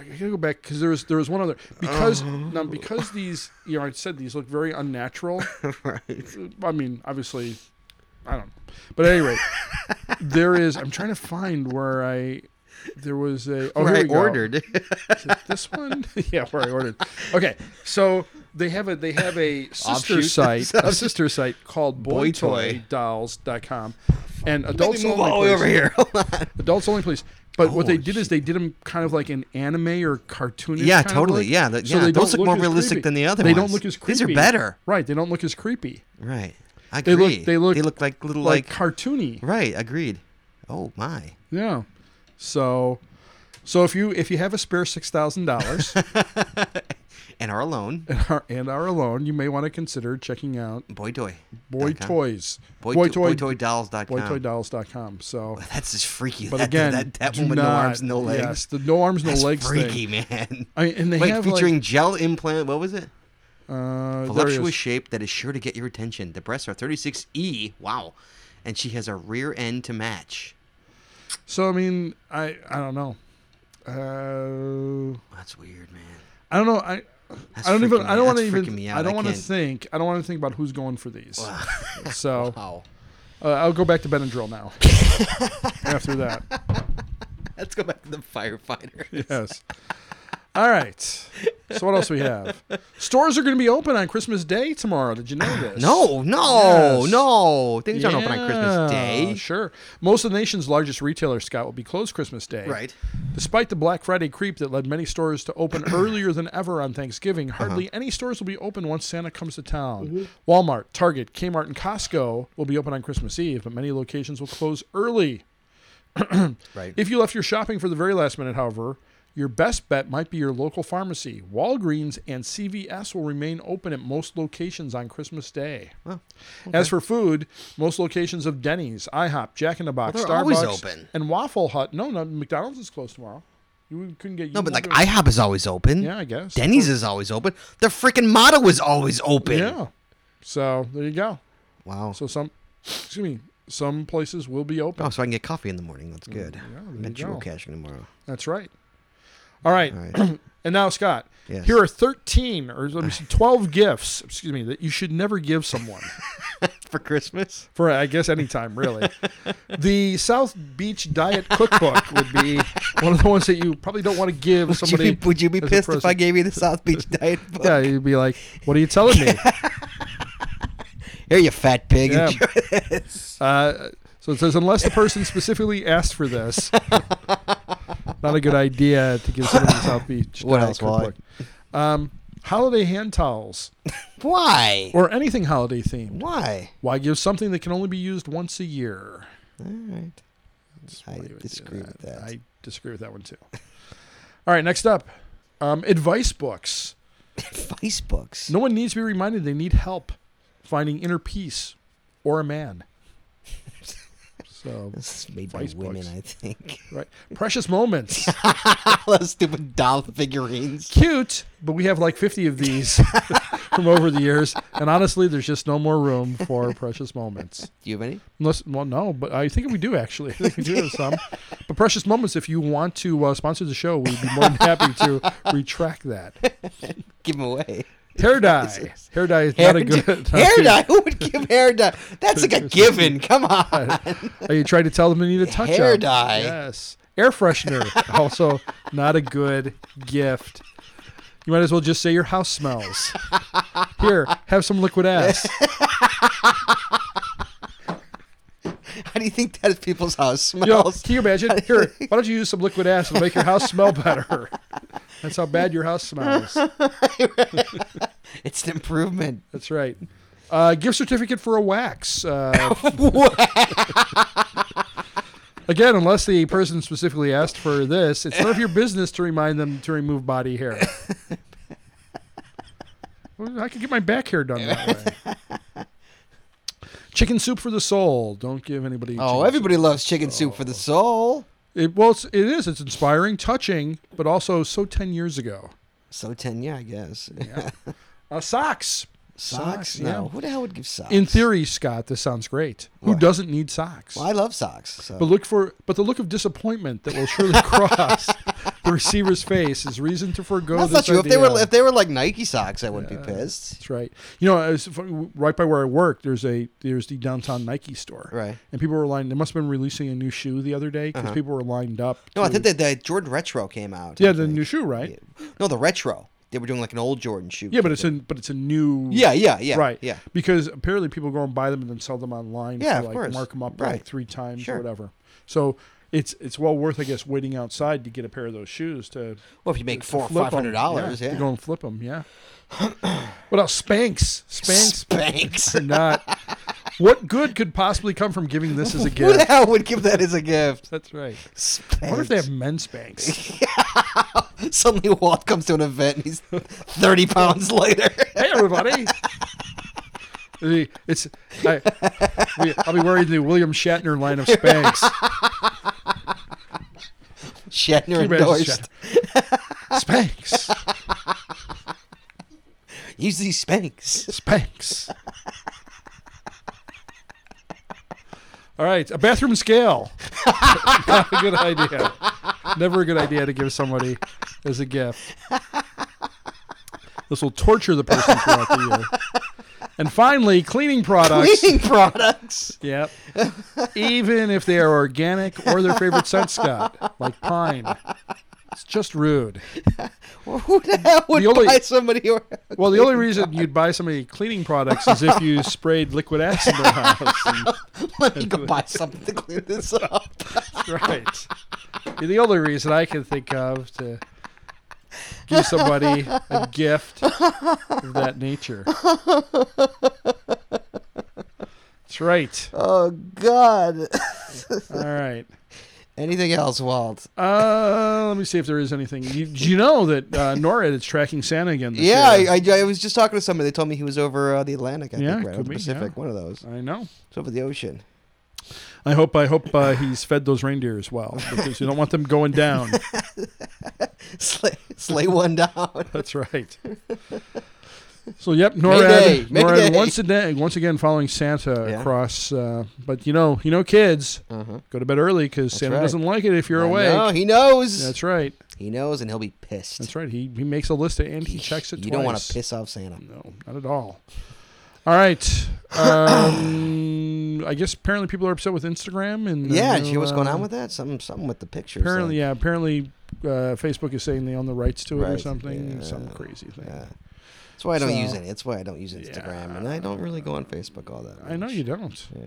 I gotta go back because there was there was one other because now because these you know I said these look very unnatural.
right.
I mean, obviously, I don't. know. But anyway, there is. I'm trying to find where I. There was a. Oh,
Where
here
I
we go.
ordered.
Is it this one? yeah, where I ordered. Okay, so they have a they have a sister
Offshoot.
site a sister site called
Boytoy.
boytoydolls.com and
Let
adults
me move
only
all the way
please.
over here. Hold on.
Adults only please. But what they
Oh,
did is they did them kind of like an anime or cartoonish.
Yeah,
kind of
totally.
look.
Yeah, the- yeah,
they
those
don't
look more
as
realistic
creepy.
than the other
They don't
ones.
look as creepy.
These are better.
Right, they don't look as creepy.
Right. I
They look-
agree.
they look
like little
Like,
like,
cartoony.
Right, agreed. Oh my.
Yeah. So so if you if you have a spare six thousand dollars
And are alone.
and are and are alone, you may want to consider checking out
Boy toy.
Boy
dot com.
Toys.
Boy,
Boy
toy, boy
Toy
toy dolls dot com.
BoyToyDolls.com. So,
That's just freaky.
but
that,
again,
that, that
do
one with no
not-
arms, no legs.
Yes, the no arms, no
That's
legs
freaky,
thing.
man.
I, and they
Wait,
have
featuring gel implant. What was it?
like, uh, there he
voluptuous
is.
shape that is sure to get your attention. The breasts are 36E. Wow. And she has a rear end to match.
So I mean, I I don't know. Uh,
That's weird, man.
I don't know. I.
That's
I don't even.
freaking
I
me-
don't want to
that's freaking
even.
me out.
I don't want to
can't-
think. I don't want to think about who's going for these. so
Wow.
uh, I'll go back to Benadryl now. after that,
Let's go back to the firefighter.
yes. All right. So what else we have? Stores are going to be open on Christmas Day tomorrow. Did you
Ah,
know this?
No, no,
Yes.
no. Things aren't open on Christmas
Yeah,
Day.
Sure. Most of the nation's largest retailer, Scott, will be closed Christmas Day.
Right.
Despite the Black Friday creep that led many stores to open earlier than ever on Thanksgiving, hardly any stores will be open once Santa comes to town. Walmart, Target, Kmart, and Costco will be open on Christmas Eve, but many locations will close early.
Right.
If you left your shopping for the very last minute, however, your best bet might be your local pharmacy. Walgreens and CVS will remain open at most locations on Christmas Day.
Oh,
As for food, most locations of Denny's, IHOP, Jack in the Box,
Well, they're always
Starbucks,
open.
and Waffle Hut. No, no, McDonald's is closed tomorrow. You couldn't get.
No, but like IHOP is always open.
Yeah, I guess.
Denny's is always open. The freaking motto is always open.
Yeah. So there you go.
Wow.
So some, excuse me, some places will be open.
Oh, so I can get coffee in the morning. That's good.
Mm, there
Met
you
you
go.
cashing tomorrow.
That's right. All right. and now, Scott,
Yes.
here are 13 or let me see, 12 gifts, excuse me, that you should never give someone
For Christmas?
for, I guess, any time, really. the South Beach Diet Cookbook would be one of the ones that you probably don't want to give
Would you,
somebody.
be, would you be
as a
pissed if I
present.
gave you the South Beach diet book?
Yeah, you'd be like, what are you telling me?
Here, you fat pig.
Yeah.
Enjoy this.
Uh, so it says, unless the person specifically asked for this, not a good idea to give someone the South Beach
What
Diet
else, Wally?
Cookbook. Um, holiday hand towels
Why?
or anything holiday themed.
Why?
Why give something that can only be used once a year?
All right. I
Why you would do
disagree with that.
I disagree with that one too. All right, next up, um, advice books.
Advice books.
No one needs to be reminded they need help finding inner peace or a man. So,
This is made by
Advice
women,
books.
I think.
right, precious moments,
Those stupid doll figurines.
cute, but we have like fifty of these from over the years, and honestly, there's just no more room for precious moments.
Do you have any?
Unless, well, no, but I think we do actually. I think we do have some. But Precious Moments, if you want to uh, sponsor the show, we'd be more than happy to retract that.
Give them away.
Hair dye. Hair dye is
Hair,
not a
d-
good. not
hair
good-
dye. Who would give hair dye? That's like a given. Come on.
Are Oh, you trying to tell them they need a touch up?
Hair dye.
Yes. Air freshener, also not a good gift. You might as well just say your house smells. Here, have some liquid ass.
How do you think that is people's house
You know,
smells?
can you imagine? Here, why don't you use some liquid ass to make your house smell better? That's how bad your house smells.
It's an improvement.
That's right. Uh, gift certificate for a wax. Uh, again, unless the person specifically asked for this, it's none of your business to remind them to remove body hair. Well, I could get my back hair done that way. Chicken soup for the soul. Don't give anybody.
Oh,
chicken
everybody loves chicken soup
Oh.
for the soul.
soup. It, well, it's, it is. It's inspiring, touching, but also so ten years ago.
So ten, yeah, I guess.
Uh, socks.
Socks?
Socks,
No.
yeah.
Who the hell would give socks?
In theory, Scott, this sounds great. Who
What?
doesn't need socks?
well, I love socks. So.
But look for but the look of disappointment that will surely cross the receiver's face is reason to forego
That's
this
not true. If they
idea.
were if they were like Nike socks, I wouldn't be pissed.
That's right. You know, I was, right by where I work, there's a there's the downtown Nike store.
Right. Uh-huh.
And people were lined. They must have been releasing a new shoe the other day because people were lined up.
No, I
to-
think that the Jordan Retro came out.
yeah,
I
the
think.
new shoe, right?
No, the Retro. They were doing like an old Jordan shoe.
Yeah, but it's a but it's a new.
Yeah, yeah, yeah.
Right.
Yeah.
Because apparently people go and buy them and then sell them online.
Yeah,
for,
of
like,
course.
Mark them up
Right.
like three times
Sure.
or whatever. So it's it's well worth, I guess, waiting outside to get a pair of those shoes to
Well, if you make
to
four or
flip
five
'em.
hundred dollars,
To
yeah.
go and flip them. Yeah. what else? Spanx. Spanx.
Spanx.
or not. What good could possibly come from giving this as a
Who the
gift?
hell would give that as a gift?
That's right. I
Spanx.
wonder if they have men's Spanx.
Suddenly, Walt comes to an event and he's thirty pounds lighter.
hey, everybody. The- It's I, we- I'll be wearing the William Shatner line of Spanx.
Shatner
Imagine
endorsed.
Shat- Spanx.
Use these Spanx.
Spanx. All right, a bathroom scale. Not a good idea. Never a good idea to give somebody as a gift. This will torture the person throughout the year. And finally, cleaning products.
Cleaning products.
Yep. Even if they are organic or their favorite scent, Scott, like pine. It's just rude.
Well, who the hell would
The only-
buy somebody? Or,
Well, the only reason you'd buy somebody cleaning products is if you sprayed liquid ass in their house.
let me go buy something to clean this up.
right. You're the only reason I can think of to give somebody a gift of that nature. That's right.
Oh God.
All right.
Anything else, Walt?
Uh, let me see if there is anything. You, do you know that uh, NORAD is tracking Santa again this
Yeah,
year?
I, I, I was just talking to somebody. They told me he was over uh, the Atlantic. I
Yeah,
think, right, or
could
the
be,
Pacific.
yeah.
One of those.
I know.
It's over the ocean.
I hope I hope uh, he's fed those reindeer as well because you don't want them going down.
Slay, slay one down.
That's right. So yep, NORAD,
Mayday,
NORAD
mayday.
once a day, once again following Santa
Yeah.
across. Uh, but you know, you know, kids
Uh-huh.
go to bed early because Santa
right.
doesn't like it if
No,
you're awake.
he knows.
That's right.
he knows, and he'll be pissed.
That's right. He he makes a list and he checks it.
You
twice.
don't want to piss off Santa.
No, not at all. All right. Um, I guess apparently people are upset with Instagram and uh,
Yeah, and see what's going
uh,
on with that? Something, something with the pictures.
Apparently,
like-
yeah. Apparently, uh, Facebook is saying they own the rights to it or
Right,
something.
yeah.
Some crazy thing.
Yeah. That's why I don't
So-
use any. That's why I don't use Instagram, and I don't really go on Facebook all that. Much.
I know you don't.
Yeah.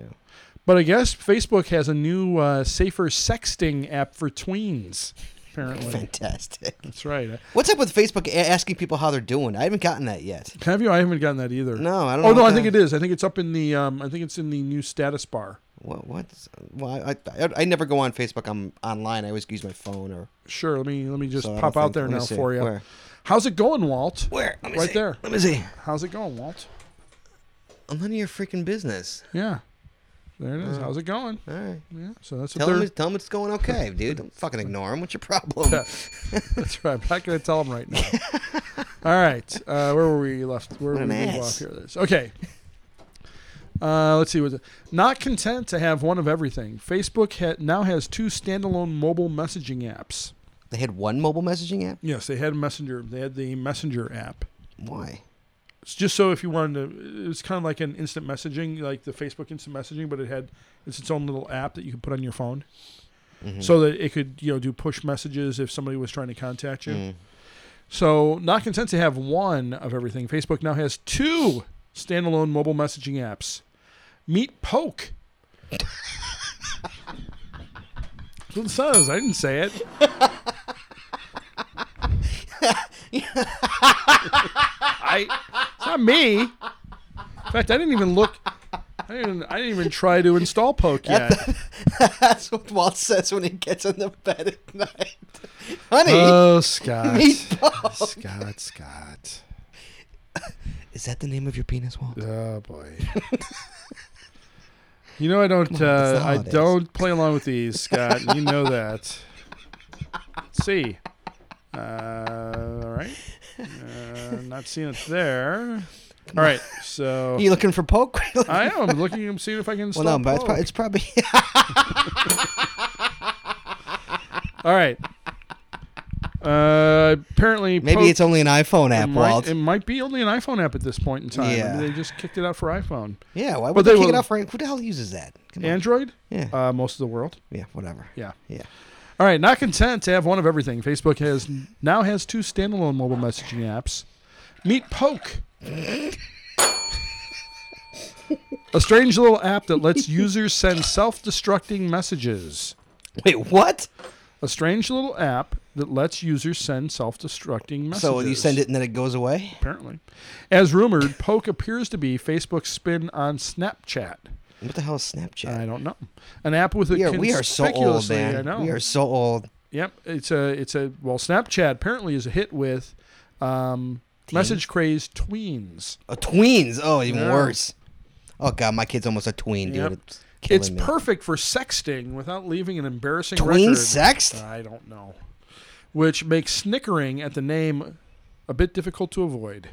But I guess Facebook has a new uh, safer sexting app for tweens. Apparently,
Fantastic.
that's right. Uh,
What's up with Facebook a- asking people how they're doing? I haven't gotten that yet.
Have you? I haven't gotten that either.
No, I don't.
Oh
know
no,
what
I think
the-
it is. I think it's up in the. Um, I think it's in the new status bar.
What? What's, well, I, I I never go on Facebook. I'm online. I always use my phone or
Sure. Let me let me just
So I
pop
don't
out
think-
there
let me
now
see.
for you.
Where?
How's it going, Walt?
where? Let me
Right
see.
there.
Let me see.
How's it going, Walt?
I'm none of your freaking business.
Yeah. There it is. How's it going?
All right.
Yeah. So that's the
Uh. Tell him,
third.
tell him it's going okay, dude. Don't fucking ignore him. What's your problem?
that's right. I'm not going to tell him right now. All right. Uh, where were we left? Where were
What
we
an
leave
ass.
off here? This okay. Uh, let's see. Was it not content to have one of everything? Facebook ha- now has two standalone mobile messaging apps.
They had one mobile messaging app.
Yes, they had Messenger. They had the Messenger app.
Why?
It's just so if you wanted to, it was kind of like an instant messaging, like the Facebook instant messaging, but it had it's its own little app that you could put on your phone, so that it could you know do push messages if somebody was trying to contact you. So not content to have one of everything, Facebook now has two standalone mobile messaging apps. Meet Poke. That's what it says. I didn't say it. I. It's not me. In fact, I didn't even look. I didn't. Even, I didn't even try to install Poke yet.
That's what Walt says when he gets in the bed at night. Honey,
Oh, Scott.
meet
Scott. Scott.
is that the name of your penis, Walt?
Oh boy. you know I don't.
Come on, it's
Uh,
the
I
holidays.
don't play along with these, Scott. and you know that. Let's see. Uh, all right. Uh, not seeing it there. All right. So
Are you looking for poke?
I am looking. I'm seeing if I can.
well, no,
Install
but it's, pro-
Poke.
it's probably
All right. Uh, apparently,
maybe
Poke-
it's only an iPhone app,
it might,
Walt.
it might be only an iPhone app at this point in time. I mean,
Yeah.
they just kicked it out for iPhone,
yeah, why
but
would they
they
kick it
will-
off? Right? Who the hell uses that? Come on.
Android.
Yeah,
Uh, most of the world.
yeah, whatever.
Yeah.
Yeah.
All right. Not content to have one of everything, Facebook has now has two standalone mobile messaging apps. Meet Poke. A strange little app that lets users send self-destructing messages.
Wait, what?
A strange little app that lets users send self-destructing messages.
So you send it and then it goes away?
apparently. As rumored, Poke appears to be Facebook's spin on Snapchat.
What the hell is Snapchat?
I don't know. An app with a
we are we are so old,
conspicuously-
man.
I know.
We are so old.
Yep, it's a it's a well, Snapchat apparently is a hit with um, message craze tweens.
Uh, tweens. Oh, even
Yeah.
worse. Oh god, my kid's almost a tween, dude.
Yep.
It's killing
it's
me.
perfect for sexting without leaving an embarrassing
Tween
record.
sext?
I don't know, which makes snickering at the name a bit difficult to avoid.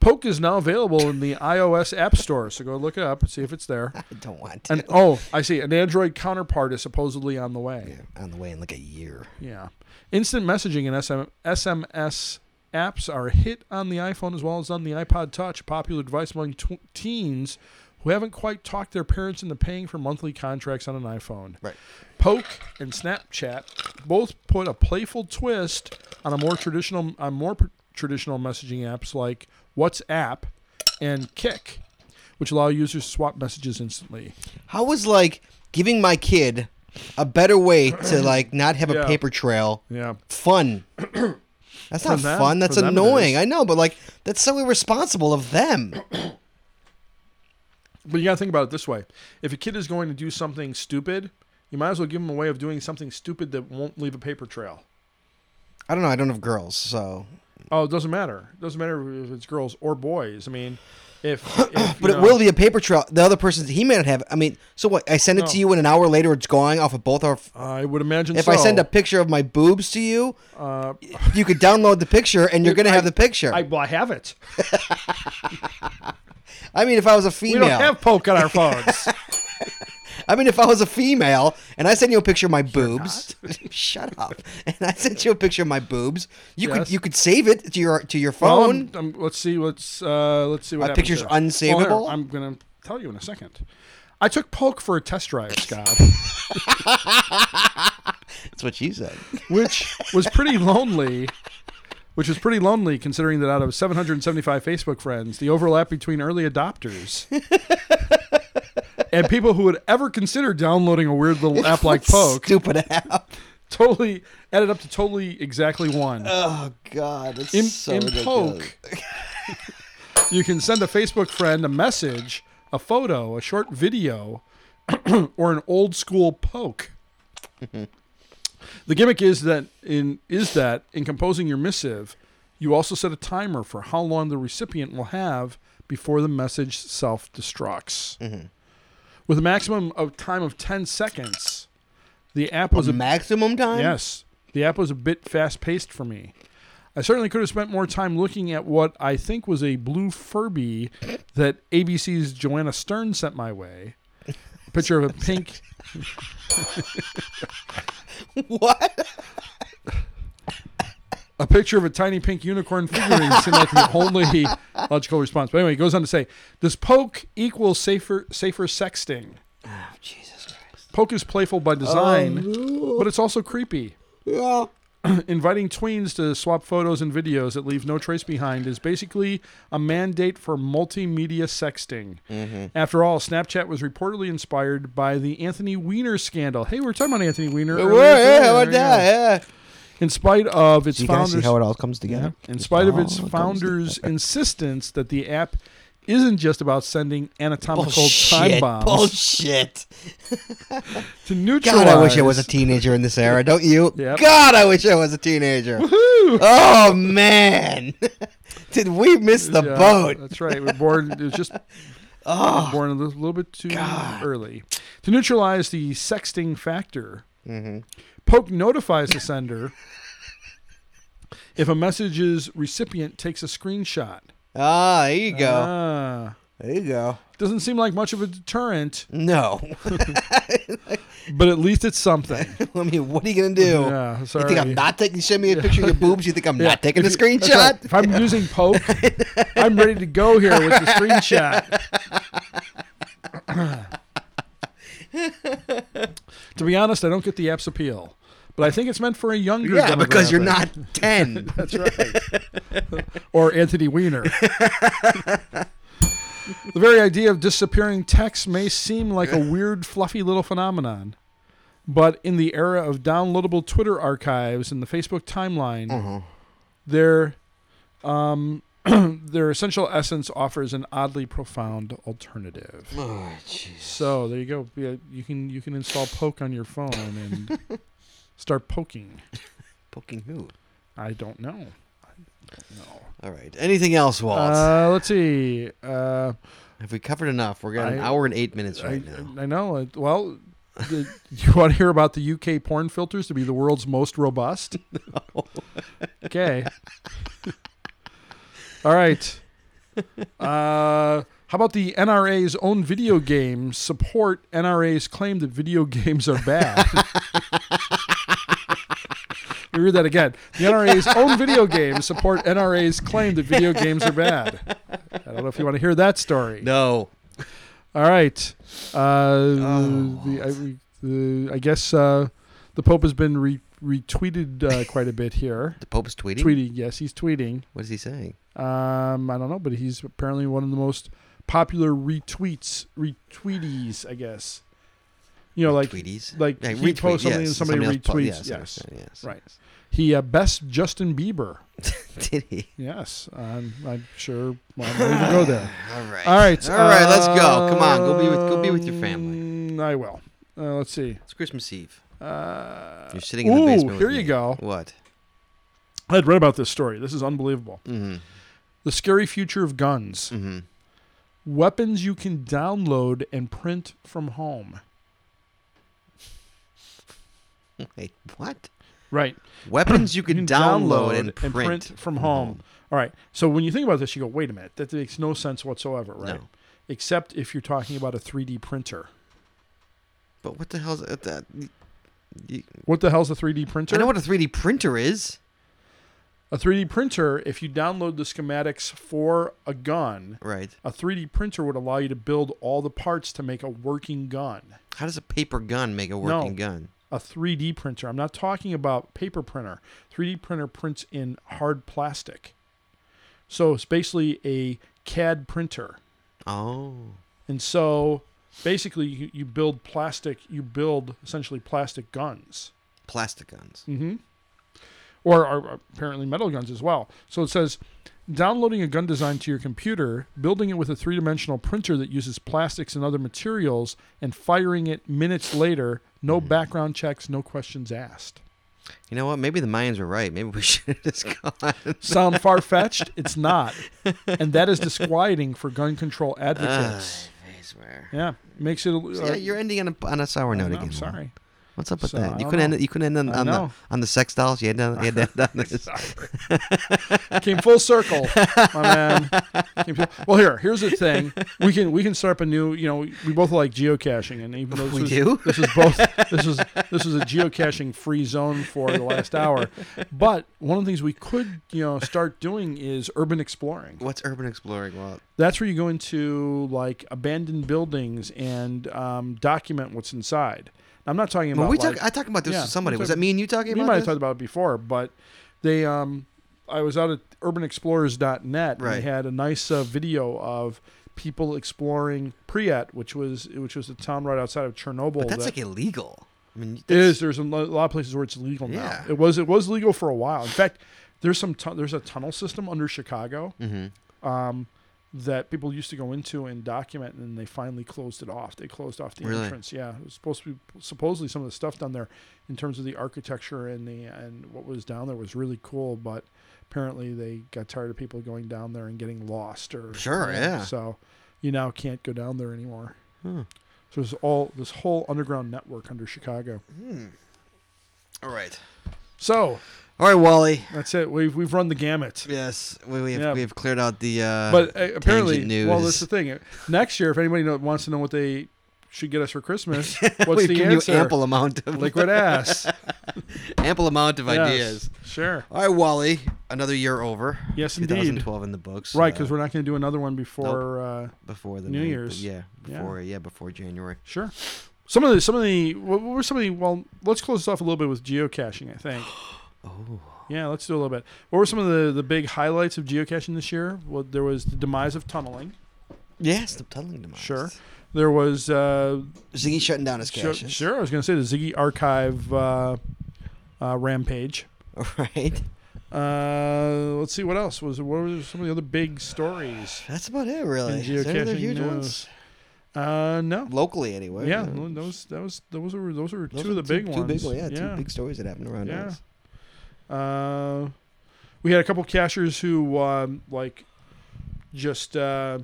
Poke is now available in the iOS App Store, so go look it up, see if it's there.
I don't want to.
And oh, I see, an Android counterpart is supposedly on the way.
on the way in like a year.
Yeah. Instant messaging and SM, SMS apps are a hit on the iPhone as well as on the iPod Touch, a popular device among tw- teens who haven't quite talked their parents into paying for monthly contracts on an iPhone.
Right.
Poke and Snapchat both put a playful twist on a more traditional on more pr- traditional messaging apps like WhatsApp and Kick, which allow users to swap messages instantly.
How was like giving my kid a better way to like not have
Yeah.
a paper trail
Yeah.
fun? That's not
them-
fun. That's
for them it
annoying.
is.
I know, but like that's so irresponsible of them.
But you got to think about it this way: if a kid is going to do something stupid, you might as well give them a way of doing something stupid that won't leave a paper trail.
I don't know. I don't have girls, so
Oh, it doesn't matter. It doesn't matter if it's girls or boys. I mean, if, if
But it will be a paper trail. The other person he may not have. I mean, so what? I send it to
No.
you, and an hour later, it's gone off of both our.
I would imagine.
If
so.
I send a picture of my boobs to you,
uh,
you could download the picture, and you're
Dude,
gonna have
I-
the picture.
I
I,
well, I have it.
mean, if I was a
We
female,
don't have poke on our phones.
I mean, if I was a female, and I sent you a picture of my boobs, shut up. And I sent you a picture of my boobs. You
Yes.
could you could save it to your to your
Well, I'm-
phone.
I'm- Um, let's see. Let's uh, let's see what
My
happens
picture's
here.
unsavable?
here, I'm gonna tell you in a second. I took poke for a test drive, Scott,
That's what you said.
which was pretty lonely. Which was pretty lonely considering that out of 775 Facebook friends, the overlap between early adopters and people who would ever consider downloading a weird little app like Poke
Stupid app.
totally added up to totally exactly one.
Oh God, that's
in,
so
in
ridiculous.
poke you can send a facebook friend a message a photo a short video or an old school poke the gimmick is that in is that in composing your missive you also set a timer for how long the recipient will have before the message self-destructs
Mm-hmm.
with a maximum of time of 10 seconds the app was
The
a
maximum time.
Yes. The app was a bit fast paced for me. I certainly could have spent more time looking at what I think was a blue Furby that ABC's Joanna Stern sent my way. A picture of a pink
What?
a picture of a tiny pink unicorn figurine seemed like the only logical response. But anyway, he goes on to say, Does poke equal safer safer sexting?
Oh, Jesus Christ.
Poke is playful by design, but it's also creepy.
Yeah.
inviting tweens to swap photos and videos that leave no trace behind is basically a mandate for multimedia sexting.
Mm-hmm.
After all, Snapchat was reportedly inspired by the Anthony Weiner scandal. Hey, we were talking about Anthony Weiner. earlier
yeah,
today.
how
There
about
you go.
that? Yeah.
In spite of its
You guys see
founders,
how it all comes together.
in spite of
Oh,
its
it comes
founders' insistence that the app isn't just about sending anatomical time
Bullshit.
bombs
Bullshit.
to neutralize.
God, I wish I was a teenager in this era, don't you?
Yep.
God, I wish I was a teenager. Oh man, did we miss the
Yeah,
boat?
That's right. We're born. It was just
Oh,
born a little, little bit too early. To neutralize the sexting factor, Poke notifies the sender if a message's recipient takes a screenshot.
ah, there you go.
Ah.
there you go.
doesn't seem like much of a deterrent,
No,
but at least it's something.
I mean, what are you gonna do?
Yeah,
you think I'm
sorry.
not taking? You send me a picture of your boobs. You think I'm not taking a
If you- that's right.
screenshot?
If I'm using Poke, I'm ready to go here with the screenshot. to be honest, I don't get the app's appeal, but I think it's meant for a younger.
Yeah, because you're
demographic.
not ten.
That's right. or Anthony Weiner. the very idea of disappearing text may seem like a weird, fluffy little phenomenon, but in the era of downloadable Twitter archives and the Facebook timeline, their um, their essential essence offers an oddly profound alternative.
oh, jeez.
So there you go. Yeah, you can you can install Poke on your phone and start poking.
Poking who?
I don't know. I don't know.
All right. Anything else, Walt?
Uh, let's see. Uh,
Have we covered enough? We're at an
I-
hour and eight minutes
I,
right now.
I know. it- Well, the, you want to hear about the UK porn filters to be the world's most robust? Okay. All right. Uh, how about the NRA's own video games support NRA's claim that video games are bad? we hear that again. The NRA's own video games support NRA's claim that video games are bad. I don't know if you want to hear that story.
No.
All right. Uh,
Oh,
the, I, the- I guess uh, the Pope has been re- retweeted uh, quite a bit here.
The Pope is tweeting.
tweeting, yes, he's tweeting.
What is he saying?
Um, I don't know, but he's apparently one of the most popular retweets, retweetees, I guess. You know, like
Tweeties.
like
Yeah,
he posts something and
yes,
somebody,
else po-
retweets.
yes, I
yes,
understand, yes.
right. He uh, best Justin Bieber.
Did he?
Yes, I'm, I'm sure. Well, I'm ready to go there.
All right.
All right,
All right. let's go. Come on. Go be with. Go be with your family.
family. I will. Uh, let's see.
It's Christmas Eve.
Uh,
You're sitting in the
ooh,
basement. with
here
me.
you go.
What?
I had read about this story. This is unbelievable.
Mm-hmm.
The scary future of guns.
Mm-hmm.
Weapons you can download and print from home.
Wait, what?
Right.
Weapons you can, download, and print,
from home. All right. So when you think about this, you go, wait a minute. That makes no sense whatsoever, right?
Mm-hmm. No.
Except if you're talking about a 3D printer.
But what the hell's uh, that? You,
What the hell's a 3D printer?
I know what a 3D printer is.
a 3D printer, if you download the schematics for a gun,
Right.
a 3D printer would allow you to build all the parts to make a working gun.
How does a paper gun make a working
No.
gun?
A 3D printer. I'm not talking about paper printer. 3D printer prints in hard plastic. So it's basically a CAD printer.
Oh.
And so basically you, you build plastic, you build essentially plastic guns.
Plastic guns.
Mm-hmm. Or, or apparently metal guns as well. So it says downloading a gun design to your computer, building it with a three dimensional printer that uses plastics and other materials, and firing it minutes later, no
Mm-hmm.
background checks, no questions asked.
You know what? Maybe the Mayans were right. Maybe we should have just gone.
Sound far fetched? It's not. And that is disquieting for gun conl advocates.
I swear.
yeah. Makes it. a- uh,
So, Ah. yeah, you're ending on a, on a sour
I
note
know,
again.
I'm
Lon.
sorry.
What's up with
So, I
that? You
don't
couldn't end
know.
it. You couldn't end on,
I
on the
know.
on the sex dolls. You had done. You had done, done this.
Came full circle, my man. Came full- well, here, here's the thing. We can we can start up a new. You know, we both like geocaching, and even though this
We
was,
do?
this is both this is this is a geocaching free zone for the last hour. But one of the things we could you know start doing is urban exploring.
What's urban exploring? Well,
That's where you go into like abandoned buildings and um, document what's inside. I'm not talking about
well we
like,
talk. I talked about this
yeah,
with somebody.
we
Was
talk-
that me and you talking
we
about
might
this?
have talked about it before, but they um I was out at urbanexplorers.net and
Right.
they had a nice uh, video of people exploring Priyat, which was which was a town right outside of Chernobyl.
but that's
that-
like illegal. I mean,
it
that's-
is. There's a lo- lot of places where it's legal
Yeah.
now. It was it was legal for a while. In fact, there's some tu- there's a tunnel system under Chicago
Mhm.
um, that people used to go into and document, and they finally closed it off. They closed off the
Really?
entrance. Yeah, it was supposed to be supposedly some of the stuff down there in terms of the architecture and the and what was down there was really cool, but apparently they got tired of people going down there and getting lost or
Sure, yeah.
So you now can't go down there anymore.
Hmm.
So there's all this whole underground network under Chicago.
Hmm. All right.
So
All right, Wally.
that's it. We've we've run the gamut.
Yes, we, we have
Yeah.
we have cleared out the. Uh,
but uh, apparently,
tangent news.
well, that's the thing. Next year, if anybody know, wants to know what they should get us for Christmas, what's
we've
the
given
answer?
you ample amount of
Liquid ass.
ample amount of
Yes.
ideas.
Sure.
All right, Wally. Another year over.
Yes, indeed.
2012 in the books.
Right,
uh,
because we're not going to do another one before. Uh,
before the
New
ninth,
Year's.
Yeah,
Yeah.
before yeah. before January.
sure. Some of the some of the what what were some of the well let's close this off a little bit with geocaching I think
Oh,
yeah let's do a little bit what were some of the the big highlights of geocaching this year well there was the demise of tunneling
yes, the tunneling demise.
Sure. there was uh,
Ziggy shutting down his
Sure,
caches.
sure, I was going to say the Ziggy Archive uh, uh, Rampage.
All right.
Uh, let's see what else was. What were some of the other big stories
That's about it,
in
really. Is there any other
geocaching
huge
news?
ones?
Uh, no.
Locally, anyway.
Yeah,
Uh,
no, those that was those were those were
those
two of
are
the big
Two
ones.
big, yeah,
yeah.
two big stories that happened around
Yeah.
us.
Uh, we had a couple cashers who um, like just uh,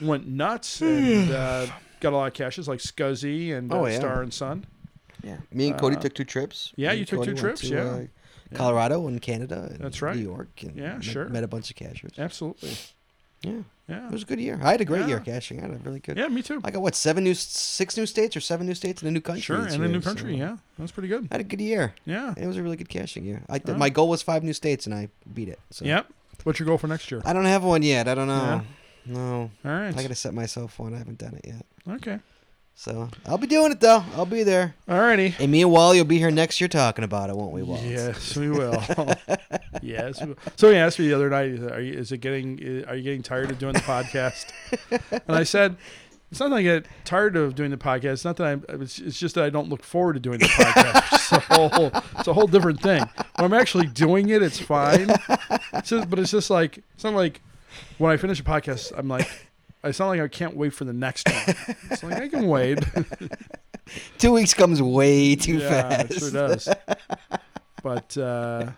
went nuts and uh, got a lot of caches, like Scuzzy and uh,
Oh, yeah.
Star and Sun.
Yeah. Me and Cody
Uh,
took two trips.
yeah,
Me
you
and
took
Cody
two
went
trips,
to,
yeah.
uh,
Yeah.
Colorado and Canada. And
That's right.
New York. And
Yeah,
met-
sure.
Met a bunch of cashers.
Absolutely.
Yeah.
Yeah.
It was a good year. I had a great
Yeah.
year cashing. I had a really good.
Yeah, me too.
I got what seven new, six new states or seven new states in a new country.
Sure,
this
and a
year,
new
so
country. Yeah, that's pretty
I
good.
had a good year.
Yeah.
It was a really good cashing year. I, My goal was five new states, and I beat it. So.
Yep. What's your goal for next year?
I don't have one yet. I don't know. No.
All right.
I got to set myself one. I haven't done it yet.
Okay.
So I'll be doing it though. I'll be there.
All righty.
And me and Wally will be here next year talking about it, won't we, Wally?
Yes, we will. yes. we will. So he asked me the other night, he said, "Are you? Is it getting? Are you getting tired of doing the podcast?" and I said, "It's not that I get tired of doing the podcast. It's not that I'm. It's, it's just that I don't look forward to doing the podcast. it's, a whole, it's a whole different thing. When I'm actually doing it, it's fine. It's just, but it's just like it's not like when I finish a podcast, I'm like." It's not like I can't wait for the next one. It's like I can wait.
Two weeks comes way too
yeah,
fast.
it sure does. But uh,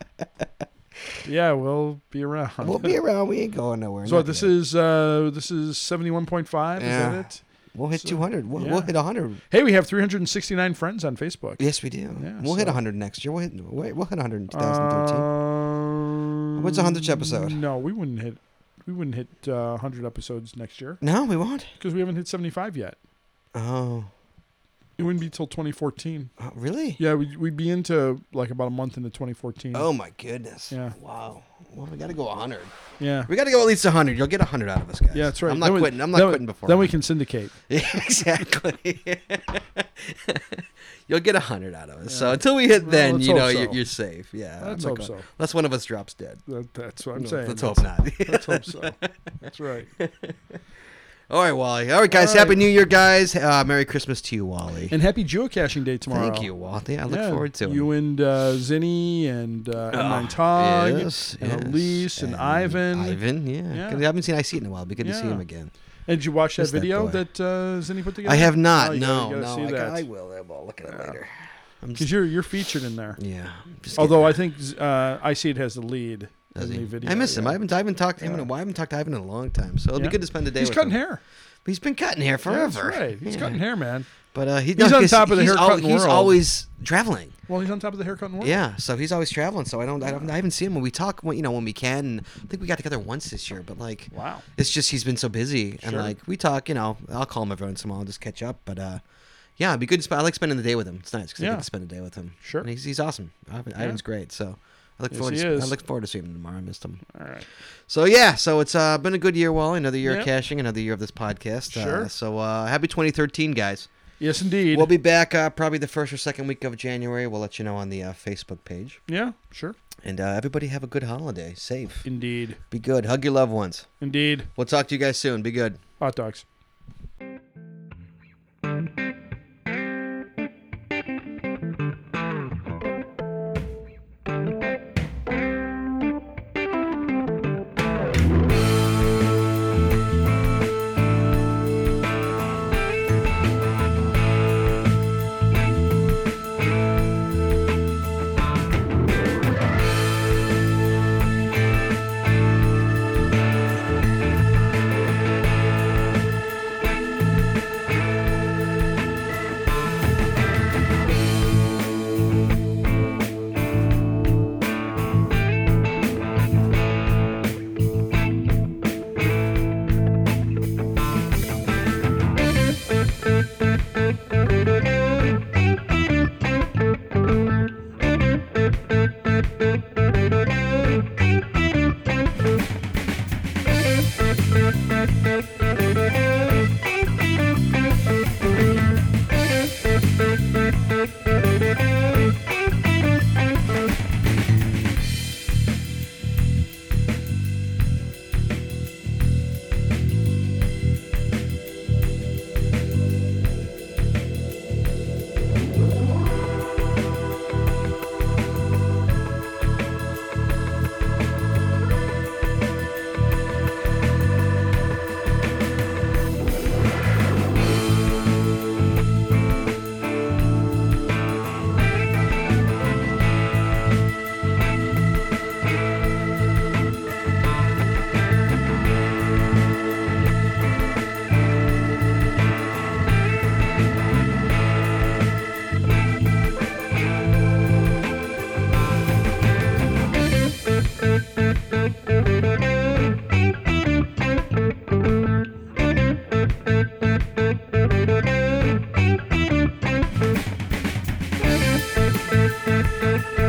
yeah, we'll be around.
We'll be around. We ain't going nowhere.
so
not
this
yet.
is uh, this is seventy one point five. Is
Yeah.
that it?
We'll hit 200. We'll, we'll
yeah.
hit 100.
Hey, we have three hundred and sixty nine friends on Facebook.
Yes, we do.
Yeah,
we'll hit
so- Uh,
100 next year. We'll hit, we'll we'll hit 100 in 2013.
Um,
What's 100th episode?
No, we wouldn't hit. We wouldn't hit uh, hundred episodes next year
no, we won't.
because we haven't hit seventy five yet.
Oh,
It wouldn't be till twenty fourteen.
oh, really?
Yeah, we'd, we'd be into like about a month into twenty fourteen.
Oh, my goodness.
Yeah.
Wow. Well, we got to go 100.
yeah.
We got to go at least 100. You'll get 100 out of us, guys.
Yeah, that's right.
I'm not
Then we-
quitting. I'm
then
not
we-
quitting before.
Then we can syndicate.
Yeah, exactly. You'll get a hundred out of us. So until we hit
Well,
then,
let's
you
hope
know, you're,
so.
you're safe. Yeah. Uh,
Let's
I'm not
hope
gonna-
so.
Unless one of us drops dead.
That, that's what I'm
No,
saying.
Let's hope not.
Let's hope so. That's right.
All right, Wally. All right, guys.
All right.
Happy New Year, guys. Uh, Merry Christmas to you, Wally.
And happy geocaching day tomorrow.
Thank you, Wally. I look
Yeah,
forward to it. Ah,
You and uh, Zinni and uh, M9 Tog
Yes,
and
yes.
Elise and, Ivan.
Ivan, yeah.
Yeah.
Good- I haven't seen I see it in a while. It'd be good to see
Yeah.
him again.
And did you watch that
Miss that
video
boy.
that, uh, Zinni put together?
I have not.
Oh, you
no,
gotta- you gotta
no.
see
I,
that.
I will. I will look at it later. I'm
Because
just,
you're you're featured in there.
yeah. I'm just
Although I think uh, I see it has the lead
Does
in
he?
the video.
I miss him.
yeah.
I haven't, I haven't talked to him in a while. I haven't talked to Ivan in a long time. So it'll
Yeah.
be good to spend the day
He's
with
cutting
him.
hair.
He's been cutting hair
Yeah, that's
forever.
right. He's
Yeah.
cutting hair, man.
But uh, he-
He's
no,
on
'cause
top of the
he's
haircut
al- He's
world.
always traveling.
Well, he's on top of the haircut world.
Yeah, so he's always traveling. So I don't, I don't, I haven't seen him. When we talk, when, you know, when we can. and I think we got together once this year, but like,
Wow.
it's just he's been so busy, and
Sure.
like we talk. You know, I'll call him every once in a while, just catch up. But uh, yeah, it'd be good. To spend, I like spending the day with him. It's nice because I
Yeah.
get to spend a day with him.
Sure.
and he's, he's awesome. Ivan, Ivan's great. So I look
Yes,
forward.
he
to, I
is.
look forward to seeing him tomorrow. I missed him.
All right.
So yeah, so it's uh, been a good year, Wally. Another year
Yep.
of cashing, another year of this podcast. Uh,
Sure.
so uh, happy 2013, guys.
Yes, indeed.
We'll be back uh, probably the first or second week of January. We'll let you know on the uh, Facebook page.
yeah, sure.
And uh, everybody have a good holiday. Safe.
Indeed.
Be good. Hug your loved ones.
Indeed.
We'll talk to you guys soon. Be good.
Hot dogs.
Bye.